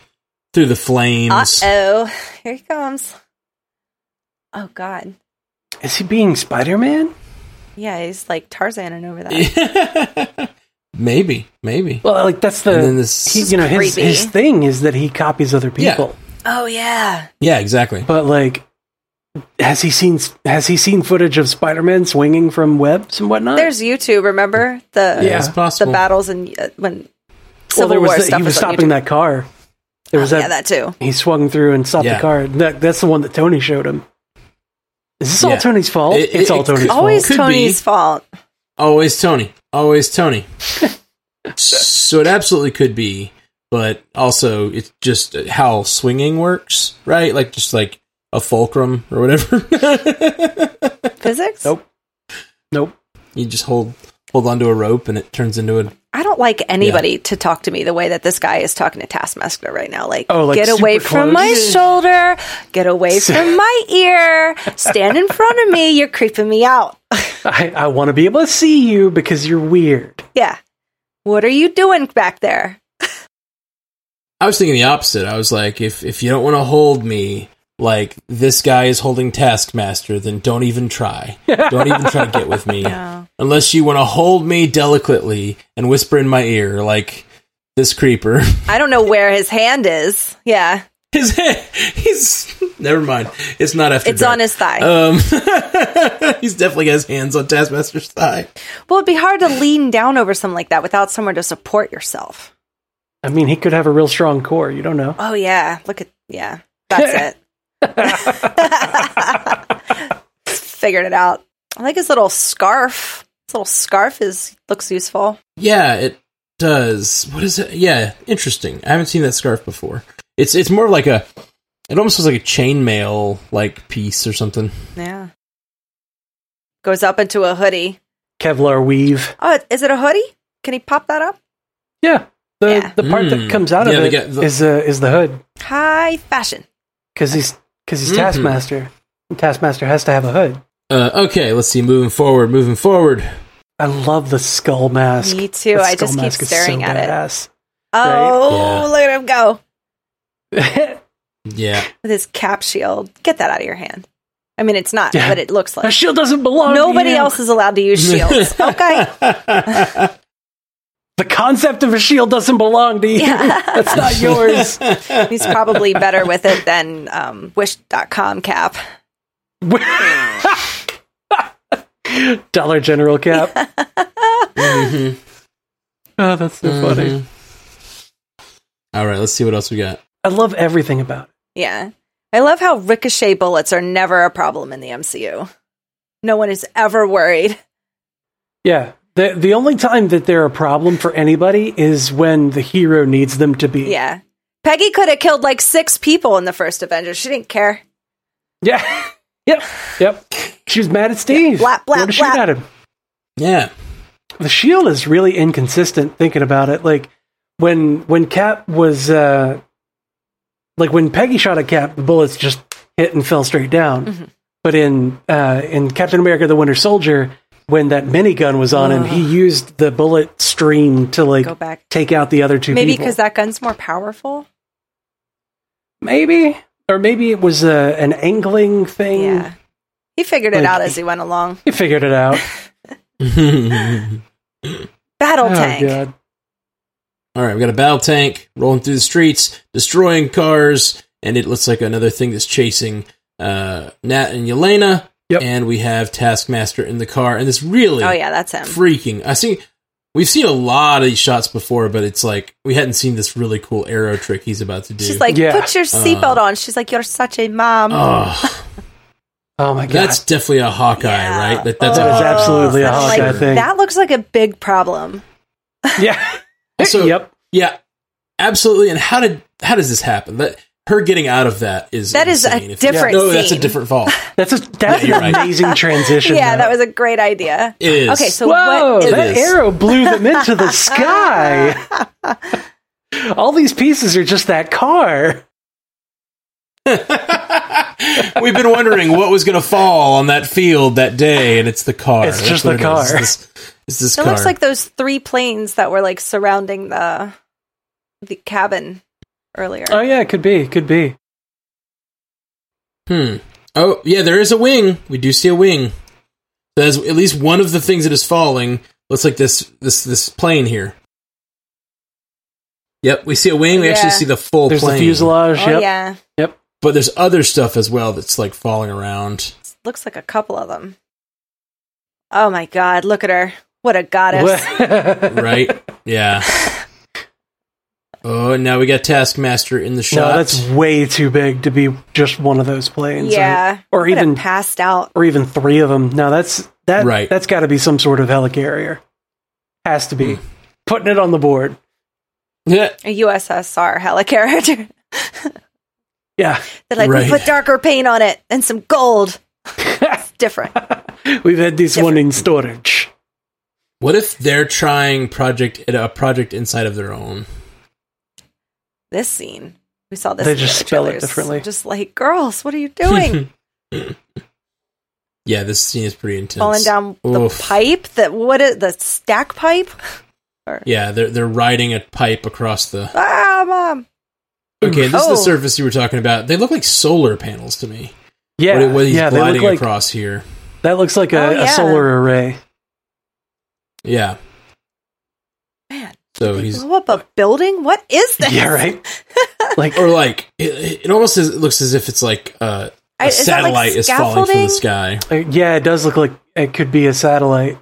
[SPEAKER 1] through the
[SPEAKER 3] Uh
[SPEAKER 1] flames.
[SPEAKER 3] oh, here he comes. Oh God,
[SPEAKER 2] Is he being Spider Man?
[SPEAKER 3] Yeah, he's like Tarzaning over that.
[SPEAKER 1] maybe, maybe.
[SPEAKER 2] Well, like that's
[SPEAKER 1] And
[SPEAKER 2] the
[SPEAKER 1] then this-
[SPEAKER 2] he, you know his
[SPEAKER 3] Creepy.
[SPEAKER 2] his thing is that he copies other
[SPEAKER 1] Yeah.
[SPEAKER 2] people.
[SPEAKER 3] Oh yeah.
[SPEAKER 1] Yeah, exactly.
[SPEAKER 2] But like, has he seen has he seen footage of Spider Man swinging from webs and whatnot?
[SPEAKER 3] There's YouTube. Remember the
[SPEAKER 1] Yeah, it's
[SPEAKER 3] the
[SPEAKER 1] possible.
[SPEAKER 3] battles and uh, when Civil
[SPEAKER 2] there was
[SPEAKER 3] War
[SPEAKER 2] the-
[SPEAKER 3] stuff
[SPEAKER 2] he was
[SPEAKER 3] was on
[SPEAKER 2] stopping
[SPEAKER 3] YouTube.
[SPEAKER 2] that car. There was
[SPEAKER 3] Oh,
[SPEAKER 2] that,
[SPEAKER 3] yeah, that too.
[SPEAKER 2] he swung through and stopped
[SPEAKER 1] Yeah.
[SPEAKER 2] the car. That, that's the one that Tony showed him. Is this all
[SPEAKER 1] Yeah.
[SPEAKER 2] Tony's fault?
[SPEAKER 1] It-
[SPEAKER 2] it's
[SPEAKER 1] it-
[SPEAKER 2] all
[SPEAKER 1] it
[SPEAKER 2] Tony's
[SPEAKER 1] could-
[SPEAKER 2] fault.
[SPEAKER 3] Always
[SPEAKER 1] Could be.
[SPEAKER 3] Tony's fault.
[SPEAKER 1] Always Tony. Always Tony. so it absolutely could be, but also it's just how swinging works, right? Like just like a fulcrum or whatever.
[SPEAKER 3] Physics.
[SPEAKER 2] Nope. Nope.
[SPEAKER 1] you just hold hold onto a rope and it turns into a
[SPEAKER 3] I don't like anybody to talk to me the way that this guy is talking to Taskmaster right now. Like,
[SPEAKER 2] Oh, like
[SPEAKER 3] get away
[SPEAKER 2] super
[SPEAKER 3] from my
[SPEAKER 2] close.
[SPEAKER 3] shoulder, get away from my ear, stand in front of me. You're creeping me out.
[SPEAKER 2] I, I want to be able to see you because you're weird.
[SPEAKER 3] Yeah. What are you doing back there?
[SPEAKER 1] I was thinking the opposite. I was like, if if you don't want to hold me like this guy is holding Taskmaster, then don't even try. Don't even try to get with me. Unless you want to hold me delicately and whisper in my ear like this creeper.
[SPEAKER 3] I don't know where his hand is. Yeah.
[SPEAKER 1] His head. He's never mind. It's not after.
[SPEAKER 3] It's
[SPEAKER 1] dark.
[SPEAKER 3] on his thigh.
[SPEAKER 1] Um, he's definitely got his hands on Taskmaster's thigh.
[SPEAKER 3] well, it'd be hard to lean down over something like that without someone to support yourself.
[SPEAKER 2] I mean, he could have a real strong core. You don't know.
[SPEAKER 3] Oh, yeah. Look at, yeah. That's it. Figured it out. I like his little scarf. His little scarf is looks useful.
[SPEAKER 1] Yeah, it does. What is it? Yeah, interesting. I haven't seen that scarf before. It's it's more of like a. It almost looks like a chainmail like piece or something.
[SPEAKER 3] Yeah. Goes up into a hoodie.
[SPEAKER 2] Kevlar weave.
[SPEAKER 3] Oh, is it a hoodie? Can he pop that up?
[SPEAKER 2] Yeah. The
[SPEAKER 3] Yeah.
[SPEAKER 2] the part that
[SPEAKER 1] Mm.
[SPEAKER 2] comes out
[SPEAKER 1] Yeah,
[SPEAKER 2] of
[SPEAKER 1] they
[SPEAKER 2] it
[SPEAKER 1] got
[SPEAKER 2] is
[SPEAKER 1] the-
[SPEAKER 2] uh, is the hood
[SPEAKER 3] High fashion.
[SPEAKER 2] because he's because he's
[SPEAKER 1] Mhm.
[SPEAKER 2] Taskmaster. And Taskmaster has to have a hood.
[SPEAKER 1] Uh, okay, let's see. Moving forward. Moving forward.
[SPEAKER 2] I love the skull mask.
[SPEAKER 3] Me too.
[SPEAKER 2] The
[SPEAKER 3] I
[SPEAKER 2] skull
[SPEAKER 3] just keep
[SPEAKER 2] mask is so
[SPEAKER 3] staring at it.
[SPEAKER 2] badass.
[SPEAKER 3] Oh,
[SPEAKER 1] Yeah.
[SPEAKER 3] look at him go
[SPEAKER 1] Yeah.
[SPEAKER 3] with his cap shield. Get that out of your hand. I mean, it's not,
[SPEAKER 2] Yeah.
[SPEAKER 3] but it looks
[SPEAKER 2] That
[SPEAKER 3] like
[SPEAKER 2] shield doesn't belong. to
[SPEAKER 3] nobody
[SPEAKER 2] you.
[SPEAKER 3] else is allowed to use shields. Okay,
[SPEAKER 2] The concept of a shield doesn't belong to you. That's not yours.
[SPEAKER 3] he's probably better with it than um, Wish.com cap.
[SPEAKER 2] Dollar General cap.
[SPEAKER 1] Mm-hmm.
[SPEAKER 2] Oh, that's so funny.
[SPEAKER 1] All right. Let's see what else we got.
[SPEAKER 2] I love everything about it.
[SPEAKER 3] Yeah, I love how ricochet bullets are never a problem in the MCU. No one is ever worried.
[SPEAKER 2] Yeah. The the only time that they're a problem for anybody is when the hero needs them to be.
[SPEAKER 3] Yeah. Peggy could have killed like six people in the first Avengers. She didn't care.
[SPEAKER 2] Yeah. yep. Yep. She was mad at Steve.
[SPEAKER 3] blap, blap,
[SPEAKER 2] Wanted to shoot
[SPEAKER 3] blap.
[SPEAKER 2] at him.
[SPEAKER 1] Yeah.
[SPEAKER 2] the shield is really inconsistent thinking about it like when when cap was uh like when peggy shot at cap the bullets just hit and fell straight down
[SPEAKER 3] Mm-hmm.
[SPEAKER 2] but in uh in captain america the winter soldier when that minigun was on him he used the bullet stream to like
[SPEAKER 3] Go back.
[SPEAKER 2] take out the other two
[SPEAKER 3] Maybe
[SPEAKER 2] people.
[SPEAKER 3] because that gun's more powerful.
[SPEAKER 2] maybe or maybe it was uh, an angling thing
[SPEAKER 3] Yeah. He figured it
[SPEAKER 2] Mm. Like-
[SPEAKER 3] out as he went along.
[SPEAKER 2] he figured it out
[SPEAKER 3] Battle
[SPEAKER 2] oh
[SPEAKER 3] tank.
[SPEAKER 2] god
[SPEAKER 1] All right, we got a battle tank rolling through the streets, destroying cars, and it looks like another thing that's chasing uh, Nat and Yelena.
[SPEAKER 2] Yep.
[SPEAKER 1] And we have Taskmaster in the car, and this really
[SPEAKER 3] Oh, yeah, that's him.
[SPEAKER 1] freaking. I see. We've seen a lot of these shots before, but it's like we hadn't seen this really cool arrow trick he's about to do.
[SPEAKER 3] She's like,
[SPEAKER 2] Yeah. Uh.
[SPEAKER 3] put your seatbelt on. She's like, you're such a mom.
[SPEAKER 1] oh,
[SPEAKER 2] oh my god
[SPEAKER 1] that's definitely a Hawkeye,
[SPEAKER 3] Yeah.
[SPEAKER 1] right? That, that's
[SPEAKER 2] Oh, That is
[SPEAKER 1] a-
[SPEAKER 2] absolutely a
[SPEAKER 3] I'm like,
[SPEAKER 2] Hawkeye thing.
[SPEAKER 3] That looks like a big problem.
[SPEAKER 2] yeah
[SPEAKER 1] Also-
[SPEAKER 2] yep
[SPEAKER 1] Yeah, absolutely. And how did how does this happen? That her getting out of that is
[SPEAKER 3] That is a
[SPEAKER 1] insane. If-
[SPEAKER 3] different
[SPEAKER 1] No, that's a
[SPEAKER 3] scene.
[SPEAKER 1] different fall.
[SPEAKER 2] that's a that's
[SPEAKER 1] you're
[SPEAKER 2] an
[SPEAKER 1] right.
[SPEAKER 2] amazing transition
[SPEAKER 3] yeah,
[SPEAKER 2] though.
[SPEAKER 3] that was a great idea.
[SPEAKER 1] It is.
[SPEAKER 3] Okay, so
[SPEAKER 2] Whoa,
[SPEAKER 3] what is
[SPEAKER 2] that
[SPEAKER 1] It is.
[SPEAKER 2] arrow blew them into the sky. All these pieces are just that car.
[SPEAKER 1] We've been wondering what was going to fall on that field that day, and it's the car.
[SPEAKER 2] It's
[SPEAKER 1] That's
[SPEAKER 2] just
[SPEAKER 1] what
[SPEAKER 2] the
[SPEAKER 1] it is.
[SPEAKER 2] car.
[SPEAKER 1] It's this, it's this
[SPEAKER 3] It
[SPEAKER 1] car.
[SPEAKER 3] looks like those three planes that were like surrounding the the cabin earlier.
[SPEAKER 2] Oh yeah, it could be, it could be.
[SPEAKER 1] hmm. Oh yeah, there is a wing. We do see a wing. So That's at least one of the things that is falling. Looks like this this this plane here. Yep, we see a wing. We
[SPEAKER 3] Yeah.
[SPEAKER 1] actually see the full
[SPEAKER 2] There's
[SPEAKER 1] plane,
[SPEAKER 2] the fuselage.
[SPEAKER 3] Oh,
[SPEAKER 2] yep.
[SPEAKER 3] yeah.
[SPEAKER 2] Yep.
[SPEAKER 1] but there's other stuff as well that's like falling around.
[SPEAKER 3] Looks like a couple of them. Oh my god, look at her. What a goddess.
[SPEAKER 1] Right? yeah. Oh, and now we got Taskmaster in the shot.
[SPEAKER 2] No, that's way too big to be just one of those planes. right?
[SPEAKER 3] yeah.
[SPEAKER 2] Or
[SPEAKER 3] Would have
[SPEAKER 2] even-
[SPEAKER 3] passed out.
[SPEAKER 2] or even three of them. No, that's that.
[SPEAKER 1] Right.
[SPEAKER 2] That's got to be some sort of helicarrier. Has to
[SPEAKER 1] Hmm.
[SPEAKER 2] be putting it on the board.
[SPEAKER 1] yeah.
[SPEAKER 3] A USSR helicarrier.
[SPEAKER 2] Yeah,
[SPEAKER 3] They're like,
[SPEAKER 1] Right.
[SPEAKER 3] we put darker paint on it and some gold. it's different.
[SPEAKER 2] we've had this one in storage.
[SPEAKER 1] What if they're trying project a project inside of their own?
[SPEAKER 3] This scene. We saw this.
[SPEAKER 2] They
[SPEAKER 3] in the
[SPEAKER 2] just
[SPEAKER 3] other
[SPEAKER 2] spell it
[SPEAKER 3] trailers.
[SPEAKER 2] differently.
[SPEAKER 3] Just like, girls, what are you doing?
[SPEAKER 1] Yeah, this scene is pretty intense.
[SPEAKER 3] Falling down
[SPEAKER 1] Oof.
[SPEAKER 3] the pipe that what is the stack pipe?
[SPEAKER 1] Yeah, they're they're riding a pipe across the.
[SPEAKER 3] Ah, mom.
[SPEAKER 1] Okay, this
[SPEAKER 3] Oh.
[SPEAKER 1] is the surface you were talking about. They look like solar panels to me.
[SPEAKER 2] Yeah,
[SPEAKER 1] what, what he's
[SPEAKER 2] yeah. They
[SPEAKER 1] gliding
[SPEAKER 2] look like
[SPEAKER 1] across here.
[SPEAKER 2] that looks like a,
[SPEAKER 3] Oh, yeah.
[SPEAKER 2] a solar array.
[SPEAKER 1] Yeah.
[SPEAKER 3] Man.
[SPEAKER 1] So he's
[SPEAKER 3] Blow up a building? What is this?
[SPEAKER 2] Yeah, right. like
[SPEAKER 1] or like it, it almost is, it looks as if it's like uh, a
[SPEAKER 3] I- is that, like,
[SPEAKER 1] satellite is falling from
[SPEAKER 3] scaffolding?
[SPEAKER 1] the sky.
[SPEAKER 2] uh, yeah, it does look like it could be a satellite.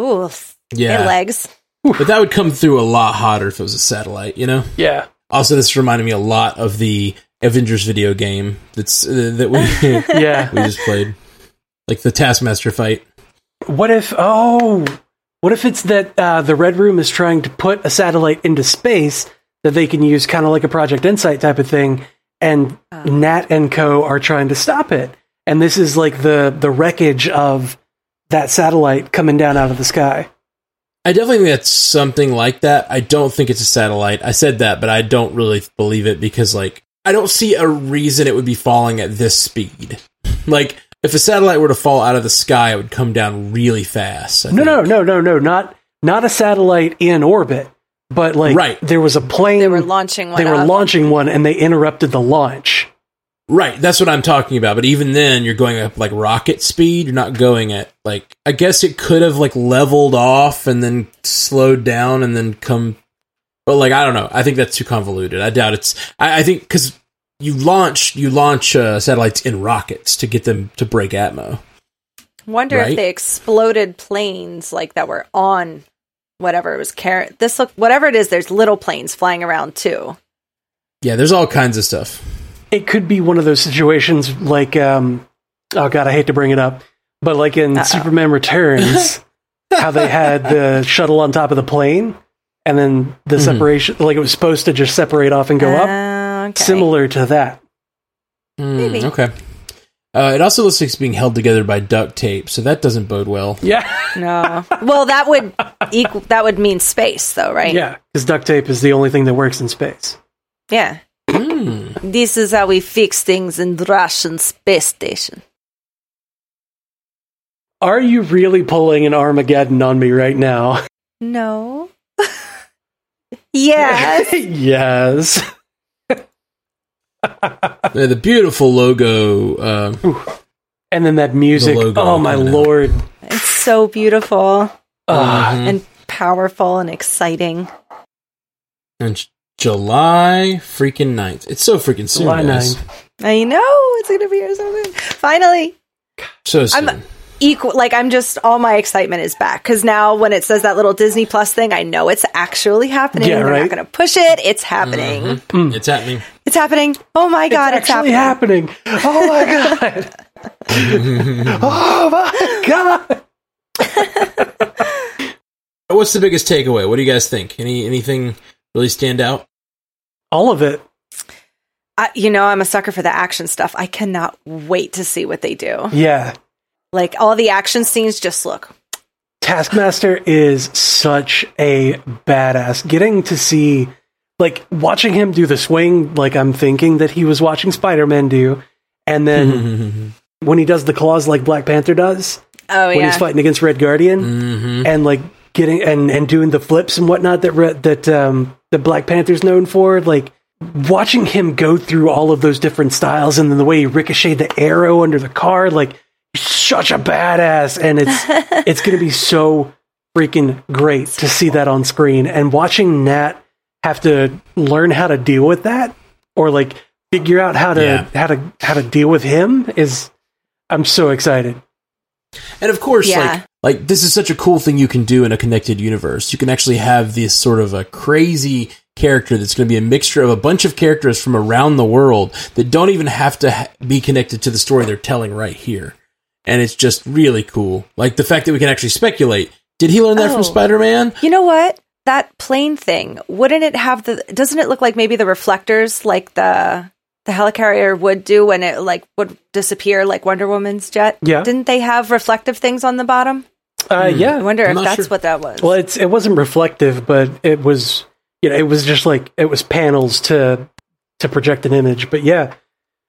[SPEAKER 3] Ooh,
[SPEAKER 1] Yeah,
[SPEAKER 3] their legs.
[SPEAKER 1] but that would come through a lot hotter if it was a satellite. You know.
[SPEAKER 2] Yeah,
[SPEAKER 1] Also, this reminded me a lot of the Avengers video game that's uh, that we
[SPEAKER 2] yeah.
[SPEAKER 1] we just played, like the Taskmaster fight.
[SPEAKER 2] What if? Oh, what if it's that uh, the Red Room is trying to put a satellite into space that they can use, kind of like a Project Insight type of thing, and
[SPEAKER 3] Oh.
[SPEAKER 2] Nat and Co are trying to stop it, and this is like the the wreckage of that satellite coming down out of the sky.
[SPEAKER 1] I definitely think that's something like that. I don't think it's a satellite. I said that, but I don't really believe it because, like, I don't see a reason it would be falling at this speed. Like, if a satellite were to fall out of the sky, it would come down really fast. I
[SPEAKER 2] No,
[SPEAKER 1] think.
[SPEAKER 2] no, no, no, no, not not a satellite in orbit, but like
[SPEAKER 1] Right.
[SPEAKER 2] there was a plane.
[SPEAKER 3] They were launching one
[SPEAKER 2] they were
[SPEAKER 3] up.
[SPEAKER 2] launching one, and they interrupted the launch.
[SPEAKER 1] Right, that's what I'm talking about. But even then, you're going up like rocket speed. You're not going at like. I guess it could have like leveled off and then slowed down and then come. But like, I don't know. I think that's too convoluted. I doubt it's. I, I think because you launch you launch uh, satellites in rockets to get them to break atmo.
[SPEAKER 3] Wonder
[SPEAKER 1] Right?
[SPEAKER 3] if they exploded planes like that were on whatever it was carrying. This look, whatever it is, there's little planes flying around too.
[SPEAKER 1] Yeah, there's all kinds of stuff.
[SPEAKER 2] it could be one of those situations like um oh god i hate to bring it up but like in superman returns how they had the shuttle on top of the plane and then the separation like it was supposed to just separate off and go up
[SPEAKER 3] Uh, okay.
[SPEAKER 2] similar to that
[SPEAKER 1] Hmm,
[SPEAKER 3] Maybe.
[SPEAKER 1] okay. Uh, it also looks like it's being held together by duct tape, so that doesn't bode well.
[SPEAKER 2] yeah
[SPEAKER 3] No. Well, that would equal. That would mean space, though, right?
[SPEAKER 2] yeah because duct tape is the only thing that works in space
[SPEAKER 3] Yeah.
[SPEAKER 1] Hmm.
[SPEAKER 3] This is how we fix things in the Russian space station.
[SPEAKER 2] are you really pulling an armageddon on me right now
[SPEAKER 3] No. yes.
[SPEAKER 2] yes
[SPEAKER 1] Uh, the beautiful logo. Uh,
[SPEAKER 2] and then that music
[SPEAKER 1] logo
[SPEAKER 2] oh my
[SPEAKER 1] coming out.
[SPEAKER 2] lord
[SPEAKER 3] It's so beautiful
[SPEAKER 2] Ah,
[SPEAKER 3] and powerful and exciting.
[SPEAKER 1] And J- July freaking 9th. It's so freaking soon.
[SPEAKER 2] July
[SPEAKER 1] guys.
[SPEAKER 2] 9th.
[SPEAKER 3] I know it's gonna be here so soon. Finally.
[SPEAKER 1] So soon.
[SPEAKER 3] I'm- equal like i'm just all my excitement is back because now when it says that little disney plus thing i know it's actually happening
[SPEAKER 2] Yeah,
[SPEAKER 3] they're
[SPEAKER 2] right. Mm-hmm.
[SPEAKER 3] not gonna push it it's happening
[SPEAKER 1] Mm. it's happening.
[SPEAKER 3] it's happening oh my god it's,
[SPEAKER 2] actually
[SPEAKER 3] happening
[SPEAKER 2] happening. Oh my god. oh my god.
[SPEAKER 1] What's the biggest takeaway? What do you guys think? Any anything really stand out?
[SPEAKER 2] All of it.
[SPEAKER 3] I, you know i'm a sucker for the action stuff i cannot wait to see what they do
[SPEAKER 2] Yeah.
[SPEAKER 3] like all the action scenes just look
[SPEAKER 2] Taskmaster is such a badass. Getting to see like watching him do the swing like I'm thinking that he was watching Spider-Man do and then when he does the claws like Black Panther does
[SPEAKER 3] oh
[SPEAKER 2] when he's
[SPEAKER 3] yeah
[SPEAKER 2] fighting against Red Guardian and like getting and and doing the flips and whatnot that Red, that um the Black Panther's known for like watching him go through all of those different styles and then the way he ricocheted the arrow under the car like you're such a badass, and it's it's going to be so freaking great to see that on screen. And watching Nat have to learn how to deal with that, or like figure out how to
[SPEAKER 1] Yeah.
[SPEAKER 2] how to how to deal with him is. I'm so excited.
[SPEAKER 1] And of course,
[SPEAKER 3] Yeah.
[SPEAKER 1] like like this is such a cool thing you can do in a connected universe. You can actually have this sort of a crazy character that's going to be a mixture of a bunch of characters from around the world that don't even have to ha- be connected to the story they're telling right here. And it's just really cool. Like the fact that we can actually speculate. Did he learn that
[SPEAKER 3] Oh.
[SPEAKER 1] from Spider-Man?
[SPEAKER 3] You know what? That plane thing, wouldn't it have the doesn't it look like maybe the reflectors like the the helicarrier would do when it like would disappear like Wonder Woman's jet?
[SPEAKER 2] Yeah.
[SPEAKER 3] Didn't they have reflective things on the bottom?
[SPEAKER 2] Uh,
[SPEAKER 3] I
[SPEAKER 2] Yeah.
[SPEAKER 3] wonder
[SPEAKER 1] I'm
[SPEAKER 3] if
[SPEAKER 1] not
[SPEAKER 3] that's
[SPEAKER 1] sure.
[SPEAKER 3] what that was.
[SPEAKER 2] Well, it's it wasn't reflective, but it was you know it was just like it was panels to to project an image. But yeah,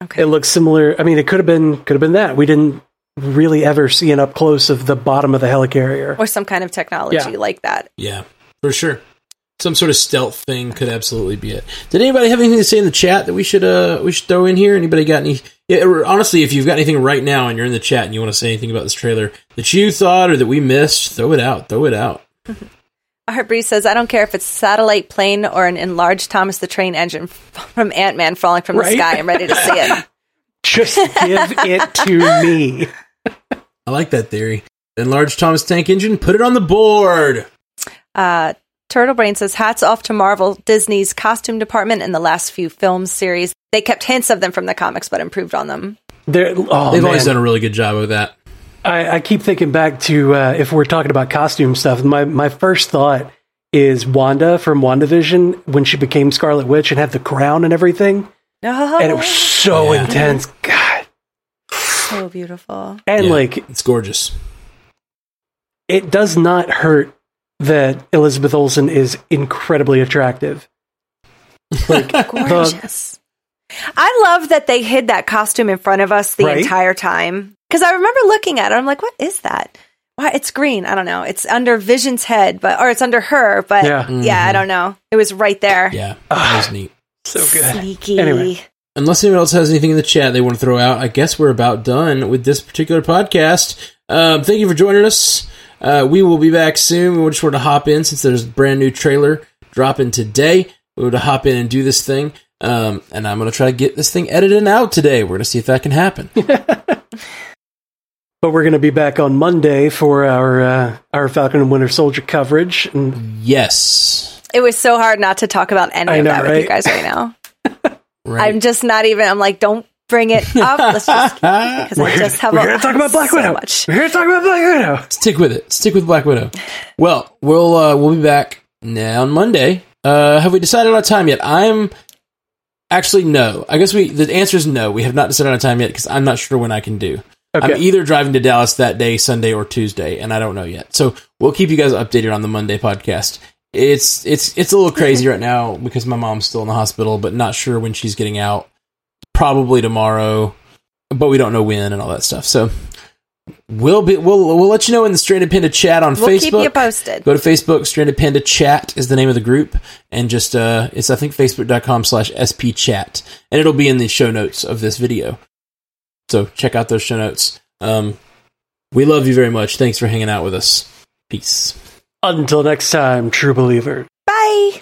[SPEAKER 3] okay.
[SPEAKER 2] it looks similar. I mean, it could have been could have been that we didn't really ever see an up close of the bottom of the helicarrier.
[SPEAKER 3] or some kind of technology
[SPEAKER 2] Yeah.
[SPEAKER 3] like that.
[SPEAKER 1] Yeah, for sure. Some sort of stealth thing could absolutely be it. Did anybody have anything to say in the chat that we should uh we should throw in here? Anybody got any? Yeah, or honestly, if you've got anything right now and you're in the chat and you want to say anything about this trailer that you thought or that we missed, throw it out. Throw it out.
[SPEAKER 3] Art Bree says, I don't care if it's a satellite plane or an enlarged Thomas the Train engine f- from Ant Man falling from
[SPEAKER 2] Right?
[SPEAKER 3] the sky. I'm ready to see it.
[SPEAKER 2] Just give it to me.
[SPEAKER 1] I like that theory. Enlarge Thomas Tank Engine. Put it on the board.
[SPEAKER 3] Uh, Turtle Brain says, hats off to Marvel, Disney's costume department, and the last few film series. They kept hints of them from the comics, but improved on them.
[SPEAKER 2] There, oh
[SPEAKER 1] They've
[SPEAKER 2] man,
[SPEAKER 1] always done a really good job of that.
[SPEAKER 2] I, I keep thinking back to uh, if we're talking about costume stuff. My my first thought is Wanda from WandaVision when she became Scarlet Witch and had the crown and everything,
[SPEAKER 3] No,
[SPEAKER 2] and it was so
[SPEAKER 1] Yeah.
[SPEAKER 2] intense. God,
[SPEAKER 3] so beautiful.
[SPEAKER 2] and
[SPEAKER 1] Yeah,
[SPEAKER 2] like
[SPEAKER 1] it's gorgeous.
[SPEAKER 2] it does not hurt that Elizabeth Olsen is incredibly attractive. Like the,
[SPEAKER 3] Gorgeous. I love that they hid that costume in front of us the
[SPEAKER 2] Right?
[SPEAKER 3] entire time. Because I remember looking at it, I'm like, what is that? Why it's green. I don't know. It's under Vision's head, but or it's under her, but
[SPEAKER 2] Yeah.
[SPEAKER 3] yeah, I don't know. It was right there.
[SPEAKER 1] Yeah, that was neat.
[SPEAKER 2] so good.
[SPEAKER 3] Sneaky.
[SPEAKER 2] Anyway.
[SPEAKER 1] unless anyone else has anything in the chat they want to throw out, I guess we're about done with this particular podcast. Um, thank you for joining us. Uh, we will be back soon. We just wanted to hop in since there's a brand new trailer dropping today. We wanted to hop in and do this thing. Um, and I'm going to try to get this thing edited and out today. We're going to see if that can happen.
[SPEAKER 2] But we're going to be back on Monday for our uh, our Falcon and Winter Soldier coverage. And
[SPEAKER 1] yes.
[SPEAKER 3] It was so hard not to talk about any
[SPEAKER 2] I
[SPEAKER 3] of
[SPEAKER 2] know,
[SPEAKER 3] that with
[SPEAKER 2] right?
[SPEAKER 3] you guys right now.
[SPEAKER 1] Right.
[SPEAKER 3] I'm just not even I'm like, don't bring it up. Let's just keep because I just have
[SPEAKER 2] we're
[SPEAKER 3] a-
[SPEAKER 2] going to talk about Black
[SPEAKER 3] so
[SPEAKER 2] Widow.
[SPEAKER 3] much.
[SPEAKER 2] We're going to talk about Black Widow.
[SPEAKER 1] stick with it. Stick with Black Widow. Well, we'll uh, we'll be back now on Monday. Uh, have we decided on a time yet? I'm actually no. I guess we the answer is no. We have not decided on a time yet because I'm not sure when I can do. I'm
[SPEAKER 2] Okay.
[SPEAKER 1] either driving to Dallas that day, Sunday or Tuesday, and I don't know yet. So we'll keep you guys updated on the Monday podcast. It's it's it's a little crazy right now because my mom's still in the hospital, but not sure when she's getting out. Probably tomorrow, but we don't know when and all that stuff. So we'll be we'll we'll let you know in the Stranded Panda chat on
[SPEAKER 3] We'll
[SPEAKER 1] Facebook.
[SPEAKER 3] keep you posted.
[SPEAKER 1] Go to Facebook, Stranded Panda Chat is the name of the group. And just, uh, it's, I think, facebook.com slash spchat. And it'll be in the show notes of this video. So check out those show notes. Um, we love you very much. Thanks for hanging out with us. Peace.
[SPEAKER 2] Until next time, true believer.
[SPEAKER 3] Bye.